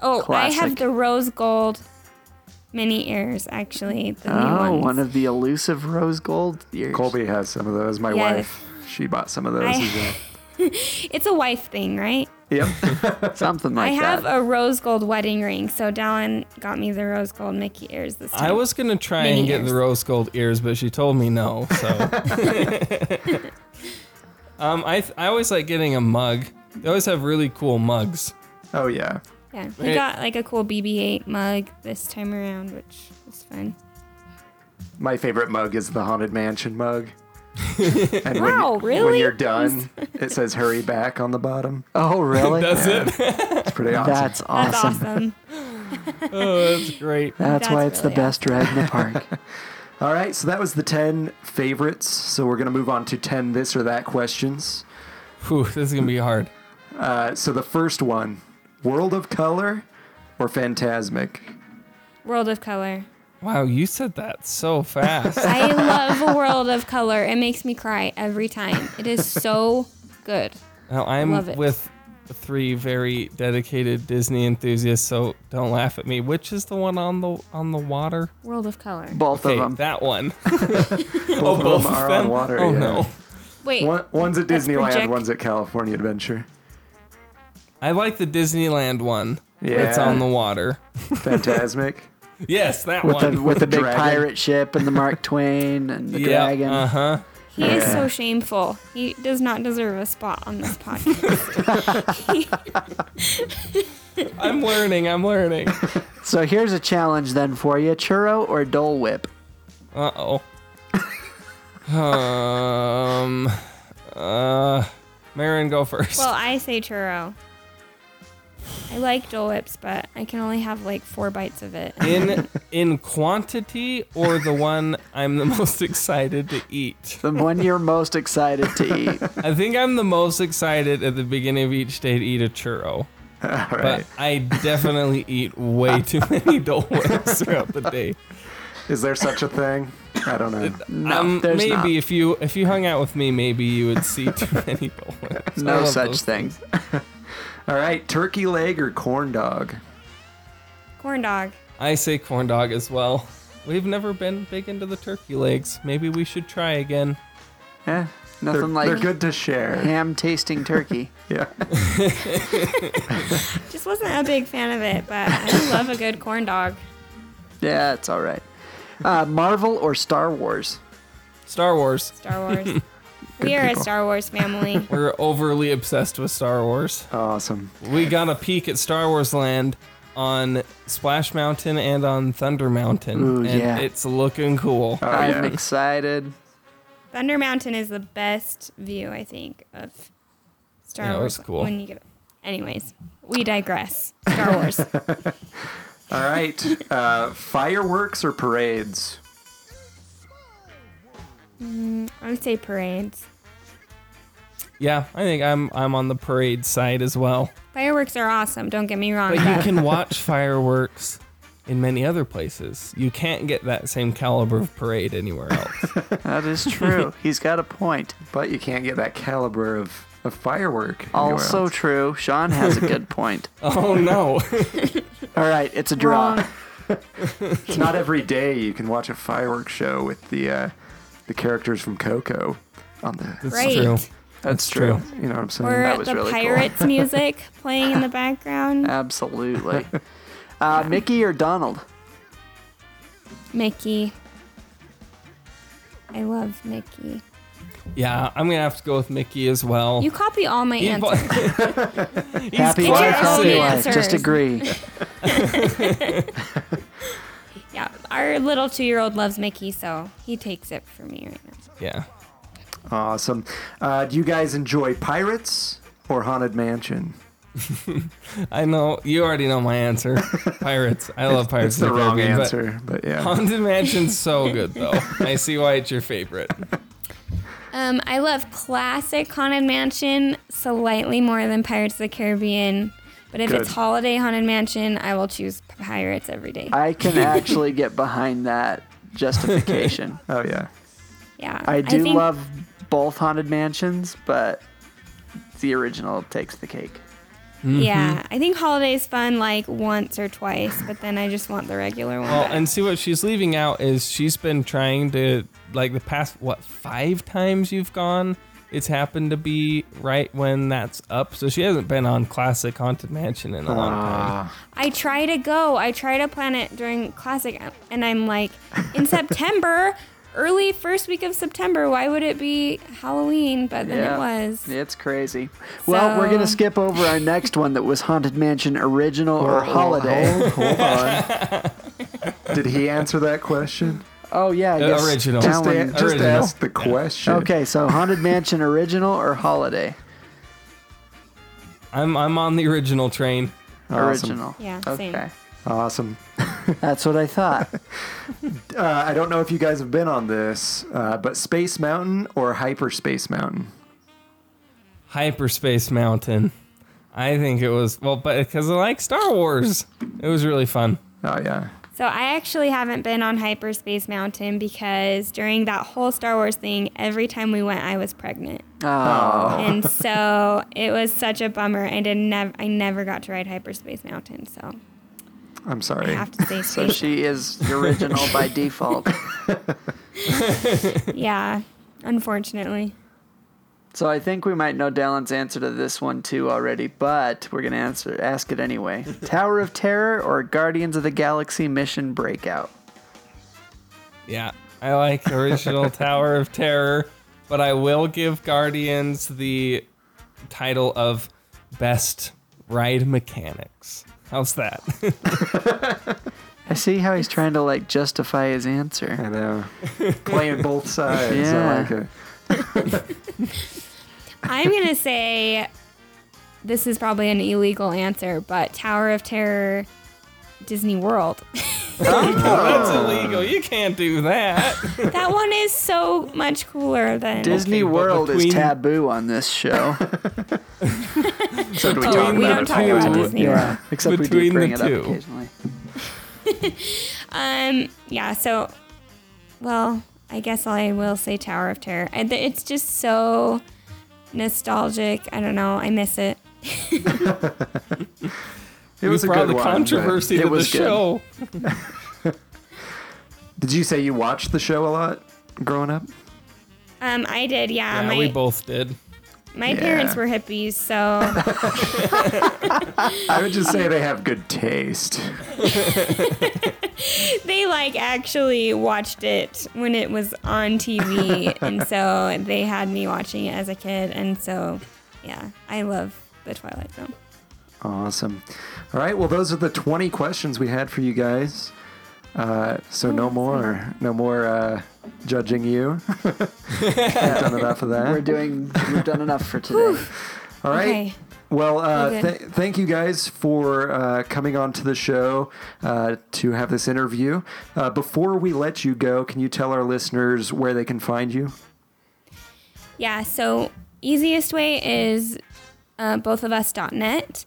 [SPEAKER 9] Oh, I
[SPEAKER 6] Classic.
[SPEAKER 9] have the rose gold mini ears actually. The new
[SPEAKER 6] Oh,
[SPEAKER 9] ones.
[SPEAKER 6] one of the elusive rose gold ears.
[SPEAKER 5] Colby has some of those. My
[SPEAKER 9] Yes.
[SPEAKER 5] wife, she bought some of those.
[SPEAKER 9] I-
[SPEAKER 5] as well.
[SPEAKER 9] it's a wife thing, right?
[SPEAKER 5] Yep.
[SPEAKER 6] Something like
[SPEAKER 9] I
[SPEAKER 6] that.
[SPEAKER 9] have a rose gold wedding ring, so Dallin got me the rose gold Mickey ears this time.
[SPEAKER 8] I was gonna try
[SPEAKER 9] Mini
[SPEAKER 8] and get
[SPEAKER 9] ears.
[SPEAKER 8] the rose gold ears, but she told me no. So, um, I th- I always like getting a mug. They always have really cool mugs.
[SPEAKER 5] oh yeah.
[SPEAKER 9] yeah. We
[SPEAKER 8] Right.
[SPEAKER 9] got like a cool BB-8 mug this time around, which was fun.
[SPEAKER 5] My favorite mug is the Haunted Mansion mug. and when,
[SPEAKER 9] Wow,
[SPEAKER 5] when
[SPEAKER 9] really?
[SPEAKER 5] you're done, it says "Hurry back" on the bottom.
[SPEAKER 6] oh, really?
[SPEAKER 8] That's it.
[SPEAKER 5] It's pretty awesome.
[SPEAKER 6] That's awesome.
[SPEAKER 9] That's
[SPEAKER 6] That's,
[SPEAKER 9] awesome.
[SPEAKER 8] Oh, that's great.
[SPEAKER 6] why
[SPEAKER 9] That's
[SPEAKER 6] it's the
[SPEAKER 9] really
[SPEAKER 6] best ride in the park.
[SPEAKER 5] All right, so that was the 10 favorites. So we're going to move on to 10 this or that questions.
[SPEAKER 8] Whew, this is gonna be hard.
[SPEAKER 5] Uh, so the first one World of Color or Phantasmic?
[SPEAKER 9] World of Color.
[SPEAKER 8] Wow, you said that so fast.
[SPEAKER 9] I love World of Color. It makes me cry every time. It is so good.
[SPEAKER 8] Now I'm
[SPEAKER 9] Love it.
[SPEAKER 8] with three very dedicated Disney enthusiasts, so don't laugh at me. Which is the one on the on the water?
[SPEAKER 9] World of Color.
[SPEAKER 6] Both
[SPEAKER 8] Okay,
[SPEAKER 6] of them.
[SPEAKER 8] that one.
[SPEAKER 5] Both
[SPEAKER 8] Oh,
[SPEAKER 5] of
[SPEAKER 8] Both
[SPEAKER 5] them are
[SPEAKER 8] of them?
[SPEAKER 5] on water.
[SPEAKER 8] Oh
[SPEAKER 5] yeah.
[SPEAKER 8] no.
[SPEAKER 9] Wait,
[SPEAKER 5] One, one's at
[SPEAKER 9] That's
[SPEAKER 5] Disneyland,
[SPEAKER 9] project-
[SPEAKER 5] one's at California Adventure.
[SPEAKER 8] I like the Disneyland one.
[SPEAKER 5] Yeah.
[SPEAKER 8] It's on the water.
[SPEAKER 5] Phantasmic.
[SPEAKER 8] Yes, that
[SPEAKER 6] with
[SPEAKER 8] one.
[SPEAKER 6] the with the big
[SPEAKER 5] Dragon.
[SPEAKER 6] pirate ship and the Mark Twain and the dragon.
[SPEAKER 8] Uh huh.
[SPEAKER 9] he is so shameful. He does not deserve a spot on this podcast.
[SPEAKER 8] I'm learning. I'm learning.
[SPEAKER 6] So here's a challenge then for you: churro or Dole Whip?
[SPEAKER 8] Uh oh. Um. Uh. Marin, go first.
[SPEAKER 9] well, I say churro. I like Dole Whips, but I can only have like four bites of it.
[SPEAKER 8] in in quantity or the one I'm the most excited to eat?
[SPEAKER 6] The one you're most excited to eat.
[SPEAKER 8] I think I'm the most excited at the beginning of each day to eat a churro. But I definitely eat way too many Dole Whips throughout the day.
[SPEAKER 5] Is there such a thing? I don't know.
[SPEAKER 6] No,
[SPEAKER 8] um,
[SPEAKER 6] there's
[SPEAKER 8] maybe
[SPEAKER 6] not.
[SPEAKER 8] if you if you hung out with me, maybe you would see too many Dole Whips. I
[SPEAKER 6] no
[SPEAKER 8] love
[SPEAKER 6] such
[SPEAKER 8] those
[SPEAKER 6] thing. Eh,
[SPEAKER 8] things.
[SPEAKER 5] All right, turkey leg or corn dog?
[SPEAKER 9] Corn dog.
[SPEAKER 8] I say corn dog as well. We've never been big into the turkey legs. Maybe we should try again.
[SPEAKER 6] Eh, nothing
[SPEAKER 5] They're,
[SPEAKER 6] like
[SPEAKER 5] they're good to share.
[SPEAKER 6] ham tasting turkey.
[SPEAKER 5] Yeah.
[SPEAKER 9] Just wasn't a big fan of it, but I love a good corn dog.
[SPEAKER 6] Yeah, it's all right. Uh, Marvel or Star Wars?
[SPEAKER 8] Star Wars.
[SPEAKER 9] Star Wars. we are a Star Wars family.
[SPEAKER 8] We're overly obsessed with Star Wars.
[SPEAKER 6] Oh.
[SPEAKER 5] Awesome.
[SPEAKER 8] We got a peek at Star Wars Land on Splash Mountain and on Thunder Mountain,
[SPEAKER 6] Ooh,
[SPEAKER 8] and
[SPEAKER 6] yeah.
[SPEAKER 8] it's looking cool.
[SPEAKER 6] I'm
[SPEAKER 5] yeah.
[SPEAKER 6] excited.
[SPEAKER 9] Thunder Mountain is the best view, I think, of Star
[SPEAKER 8] Yeah, it was
[SPEAKER 9] Wars.
[SPEAKER 8] cool.
[SPEAKER 9] When you get, anyways, we digress. Star Wars.
[SPEAKER 5] All right, uh, fireworks or parades?
[SPEAKER 9] I would say parades.
[SPEAKER 8] Yeah, I think I'm I'm on the parade side as well.
[SPEAKER 9] Fireworks are awesome. Don't get me wrong.
[SPEAKER 8] But you
[SPEAKER 9] but
[SPEAKER 8] can watch fireworks in many other places. You can't get that same caliber of parade anywhere else.
[SPEAKER 6] That is true. He's got a point.
[SPEAKER 5] But you can't get that caliber of, of firework. anywhere
[SPEAKER 6] Also
[SPEAKER 5] else.
[SPEAKER 6] true. Sean has a good point.
[SPEAKER 8] oh no.
[SPEAKER 6] All right, it's a draw.
[SPEAKER 9] Wrong.
[SPEAKER 5] It's not every day you can watch a fireworks show with the uh, the characters from Coco on the.
[SPEAKER 8] That's
[SPEAKER 9] Right.
[SPEAKER 8] true.
[SPEAKER 6] That's
[SPEAKER 8] true.
[SPEAKER 6] true.
[SPEAKER 5] You know what I'm saying?
[SPEAKER 9] Or
[SPEAKER 6] Mm, was
[SPEAKER 9] the
[SPEAKER 6] really cool.
[SPEAKER 9] pirates music playing in the background.
[SPEAKER 6] Absolutely. Uh, Mickey or Donald?
[SPEAKER 9] Mickey. I love Mickey.
[SPEAKER 8] Yeah, I'm gonna have to go with Mickey as well.
[SPEAKER 9] You copy all my
[SPEAKER 8] He-
[SPEAKER 9] answers.
[SPEAKER 8] He's
[SPEAKER 6] Happy
[SPEAKER 9] It's your
[SPEAKER 6] wife, happy
[SPEAKER 9] own
[SPEAKER 6] wife.
[SPEAKER 9] answers.
[SPEAKER 6] Just agree.
[SPEAKER 9] Yeah, our little two-year-old loves Mickey, so he takes it for me right now.
[SPEAKER 8] Yeah.
[SPEAKER 5] Awesome. Uh, do you guys enjoy Pirates or Haunted Mansion?
[SPEAKER 8] I know you already know my answer. Pirates. I love Pirates.
[SPEAKER 5] It's
[SPEAKER 8] of
[SPEAKER 5] the wrong
[SPEAKER 8] Caribbean, but
[SPEAKER 5] answer, but yeah.
[SPEAKER 8] Haunted Mansion's so good though. I see why it's your favorite.
[SPEAKER 9] Um, I love classic Haunted Mansion slightly more than Pirates of the Caribbean, but if
[SPEAKER 5] Good.
[SPEAKER 9] it's holiday Haunted Mansion, I will choose Pirates every day.
[SPEAKER 6] I can actually get behind that justification.
[SPEAKER 5] Oh yeah.
[SPEAKER 9] yeah,
[SPEAKER 6] I do
[SPEAKER 9] think-
[SPEAKER 6] love both haunted mansions, but the original takes the cake.
[SPEAKER 8] Mm-hmm.
[SPEAKER 9] Yeah, I think holiday's fun like once or twice, but then I just want the regular one.
[SPEAKER 8] Well,
[SPEAKER 9] back.
[SPEAKER 8] and see what she's leaving out is she's been trying to like the past what five times you've gone. It's happened to be right when that's up, so she hasn't been on classic Haunted Mansion in a long time.
[SPEAKER 9] I try to go. I try to plan it during classic, and I'm like, in September, early first week of September. Why would it be Halloween? But then it was.
[SPEAKER 6] It's crazy. Well, we're gonna
[SPEAKER 9] So-
[SPEAKER 6] skip over our next one that was haunted mansion original or holiday.
[SPEAKER 5] Hold, hold on. Did he answer that question?
[SPEAKER 6] Oh yeah, I guess
[SPEAKER 8] original.
[SPEAKER 6] that
[SPEAKER 5] Just, a,
[SPEAKER 6] one-
[SPEAKER 5] just
[SPEAKER 8] Original.
[SPEAKER 5] ask the question.
[SPEAKER 6] Okay, so haunted mansion original or holiday?
[SPEAKER 8] I'm I'm on the original train.
[SPEAKER 5] Awesome.
[SPEAKER 6] Original.
[SPEAKER 9] Yeah,
[SPEAKER 6] Okay.
[SPEAKER 9] same.
[SPEAKER 5] Awesome.
[SPEAKER 6] That's what I thought.
[SPEAKER 5] Uh, I don't know if you guys have been on this, uh, but Space Mountain or Hyperspace Mountain?
[SPEAKER 8] Hyperspace Mountain. I think it was well, but because I like Star Wars, it was really fun.
[SPEAKER 5] Oh yeah.
[SPEAKER 9] So I actually haven't been on Hyperspace Mountain because during that whole Star Wars thing, every time we went, I was pregnant,
[SPEAKER 6] Oh,
[SPEAKER 9] and so it was such a bummer. I didn't. Nev- I never got to ride Hyperspace Mountain, so
[SPEAKER 5] I'm
[SPEAKER 9] I
[SPEAKER 5] sorry.
[SPEAKER 9] have to say,
[SPEAKER 6] so
[SPEAKER 9] space.
[SPEAKER 6] she is original by default.
[SPEAKER 9] yeah, unfortunately.
[SPEAKER 6] So I think we might know Dallin's answer to this one too already, but we're gonna answer ask it anyway. Tower of Terror or Guardians of the Galaxy Mission Breakout?
[SPEAKER 8] Yeah, I like original Tower of Terror, but I will give Guardians the title of best ride mechanics. How's that?
[SPEAKER 6] I see how he's trying to like justify his answer.
[SPEAKER 5] I know. Playing both sides. I
[SPEAKER 6] Yeah.
[SPEAKER 5] like it.
[SPEAKER 9] I'm gonna say this is probably an illegal answer, but Tower of Terror, Disney World.
[SPEAKER 8] That's
[SPEAKER 5] Uh,
[SPEAKER 8] illegal. You can't do that.
[SPEAKER 9] that one is so much cooler than
[SPEAKER 6] Disney
[SPEAKER 8] but
[SPEAKER 6] World
[SPEAKER 8] between-
[SPEAKER 6] is taboo on this show.
[SPEAKER 5] So do we
[SPEAKER 9] Oh,
[SPEAKER 5] talk about
[SPEAKER 9] we don't
[SPEAKER 5] it?
[SPEAKER 9] talk about Disney
[SPEAKER 6] yeah, except we
[SPEAKER 8] Between
[SPEAKER 6] do bring
[SPEAKER 8] the
[SPEAKER 6] it up
[SPEAKER 8] two.
[SPEAKER 6] occasionally.
[SPEAKER 9] Um, yeah. So, well, I guess I will say Tower of Terror. I- th- It's just so nostalgic. I don't know. I miss it.
[SPEAKER 5] It was
[SPEAKER 8] we
[SPEAKER 5] a
[SPEAKER 8] brought
[SPEAKER 5] good
[SPEAKER 8] the
[SPEAKER 5] one, but-
[SPEAKER 8] controversy
[SPEAKER 6] it
[SPEAKER 8] to
[SPEAKER 6] was
[SPEAKER 8] the
[SPEAKER 6] good.
[SPEAKER 8] show.
[SPEAKER 5] Did you say you watched the show a lot growing up?
[SPEAKER 9] Um, I did. Yeah.
[SPEAKER 8] Yeah,
[SPEAKER 9] my
[SPEAKER 8] we both did.
[SPEAKER 9] my
[SPEAKER 5] Yeah.
[SPEAKER 9] parents were hippies, so
[SPEAKER 5] I would just say they have good taste.
[SPEAKER 9] they like actually watched it when it was on TV, and so they had me watching it as a kid, and so yeah, I love the Twilight Zone.
[SPEAKER 5] Awesome. All right. Well, those are the 20 questions we had for you guys. Uh, so no more, no more uh, judging you. We've done enough of
[SPEAKER 6] We're
[SPEAKER 5] that.
[SPEAKER 6] doing we've done enough for today.
[SPEAKER 5] All right.
[SPEAKER 9] Okay.
[SPEAKER 5] Well, uh,
[SPEAKER 9] We're
[SPEAKER 5] th-
[SPEAKER 9] good.
[SPEAKER 5] thank you guys for uh, coming on to the show uh, to have this interview. Uh, before we let you go, can you tell our listeners where they can find you?
[SPEAKER 9] Yeah, so easiest way is uh, bothofus.net.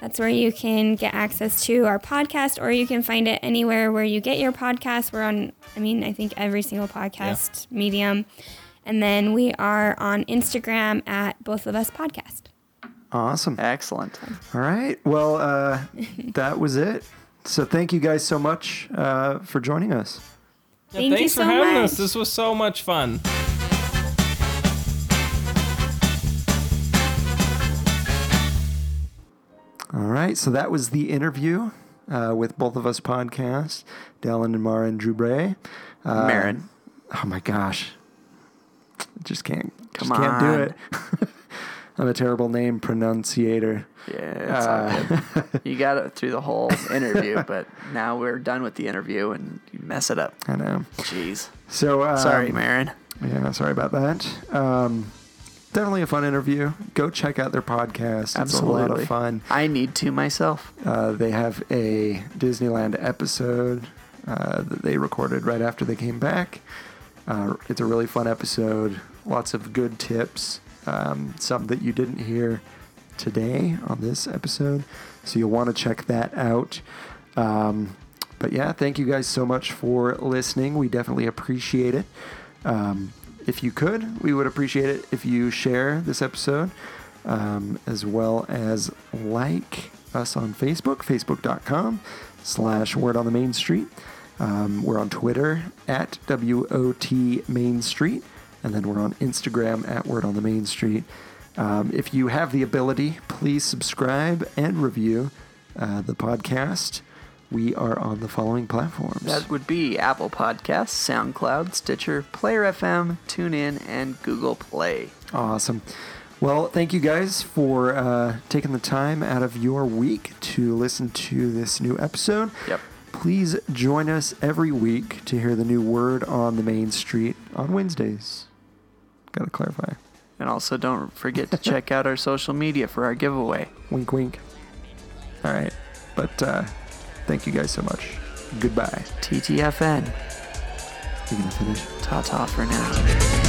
[SPEAKER 9] That's where you can get access to our podcast, or you can find it anywhere where you get your podcast. We're on, I mean, I think every single podcast medium. And then we are on Instagram at Both of Us Podcast.
[SPEAKER 5] Awesome.
[SPEAKER 6] Excellent.
[SPEAKER 5] All right. Well, uh, that was it. So thank you guys so much uh, for joining us.
[SPEAKER 8] Yeah,
[SPEAKER 9] Thank you
[SPEAKER 8] thanks for
[SPEAKER 9] so
[SPEAKER 8] having
[SPEAKER 9] much.
[SPEAKER 8] us. This was so much fun.
[SPEAKER 5] All right. So that was the interview uh, with both of us podcast,
[SPEAKER 6] Uh,
[SPEAKER 5] Dallin and Mara and Drew Bray.
[SPEAKER 6] Marin.
[SPEAKER 5] Oh my gosh. Just can't.
[SPEAKER 6] Come
[SPEAKER 5] just Can't
[SPEAKER 6] on.
[SPEAKER 5] do it. I'm a terrible name pronunciator.
[SPEAKER 6] Yeah, it's all
[SPEAKER 5] Uh,
[SPEAKER 6] good. you got it through the whole interview, but now we're done with the interview and you mess it up.
[SPEAKER 5] I know.
[SPEAKER 6] Jeez.
[SPEAKER 5] So um,
[SPEAKER 6] Sorry, Marin.
[SPEAKER 5] Yeah, sorry about that. Um, definitely a fun interview. Go check out their podcast. It's a lot of fun.
[SPEAKER 6] I need to myself.
[SPEAKER 5] Uh, they have a Disneyland episode uh, that they recorded right after they came back. Uh, it's a really fun episode. Lots of good tips. Um, some that you didn't hear today on this episode. So you'll want to check that out. Um, but yeah, thank you guys so much for listening. We definitely appreciate it. Um, if you could, we would appreciate it if you share this episode um, as well as like us on Facebook, facebook.com slash word on the main street. Um, we're on Twitter at WOT Main Street, and then we're on Instagram at Word on the Main Street. Um, if you have the ability, please subscribe and review uh, the podcast. We are on the following platforms.
[SPEAKER 6] That would be Apple Podcasts, SoundCloud, Stitcher, Player FM, TuneIn, and Google Play.
[SPEAKER 5] Awesome. Well, thank you guys for uh, taking the time out of your week to listen to this new episode.
[SPEAKER 6] Yep.
[SPEAKER 5] Please join us every week to hear the new word on the main street on Wednesdays. Gotta clarify.
[SPEAKER 6] And also, don't forget to check out our social media for our giveaway.
[SPEAKER 5] Wink, wink. All right. But uh, thank you guys so much. Goodbye.
[SPEAKER 6] TTFN.
[SPEAKER 5] You gonna finish?
[SPEAKER 6] Ta ta for now.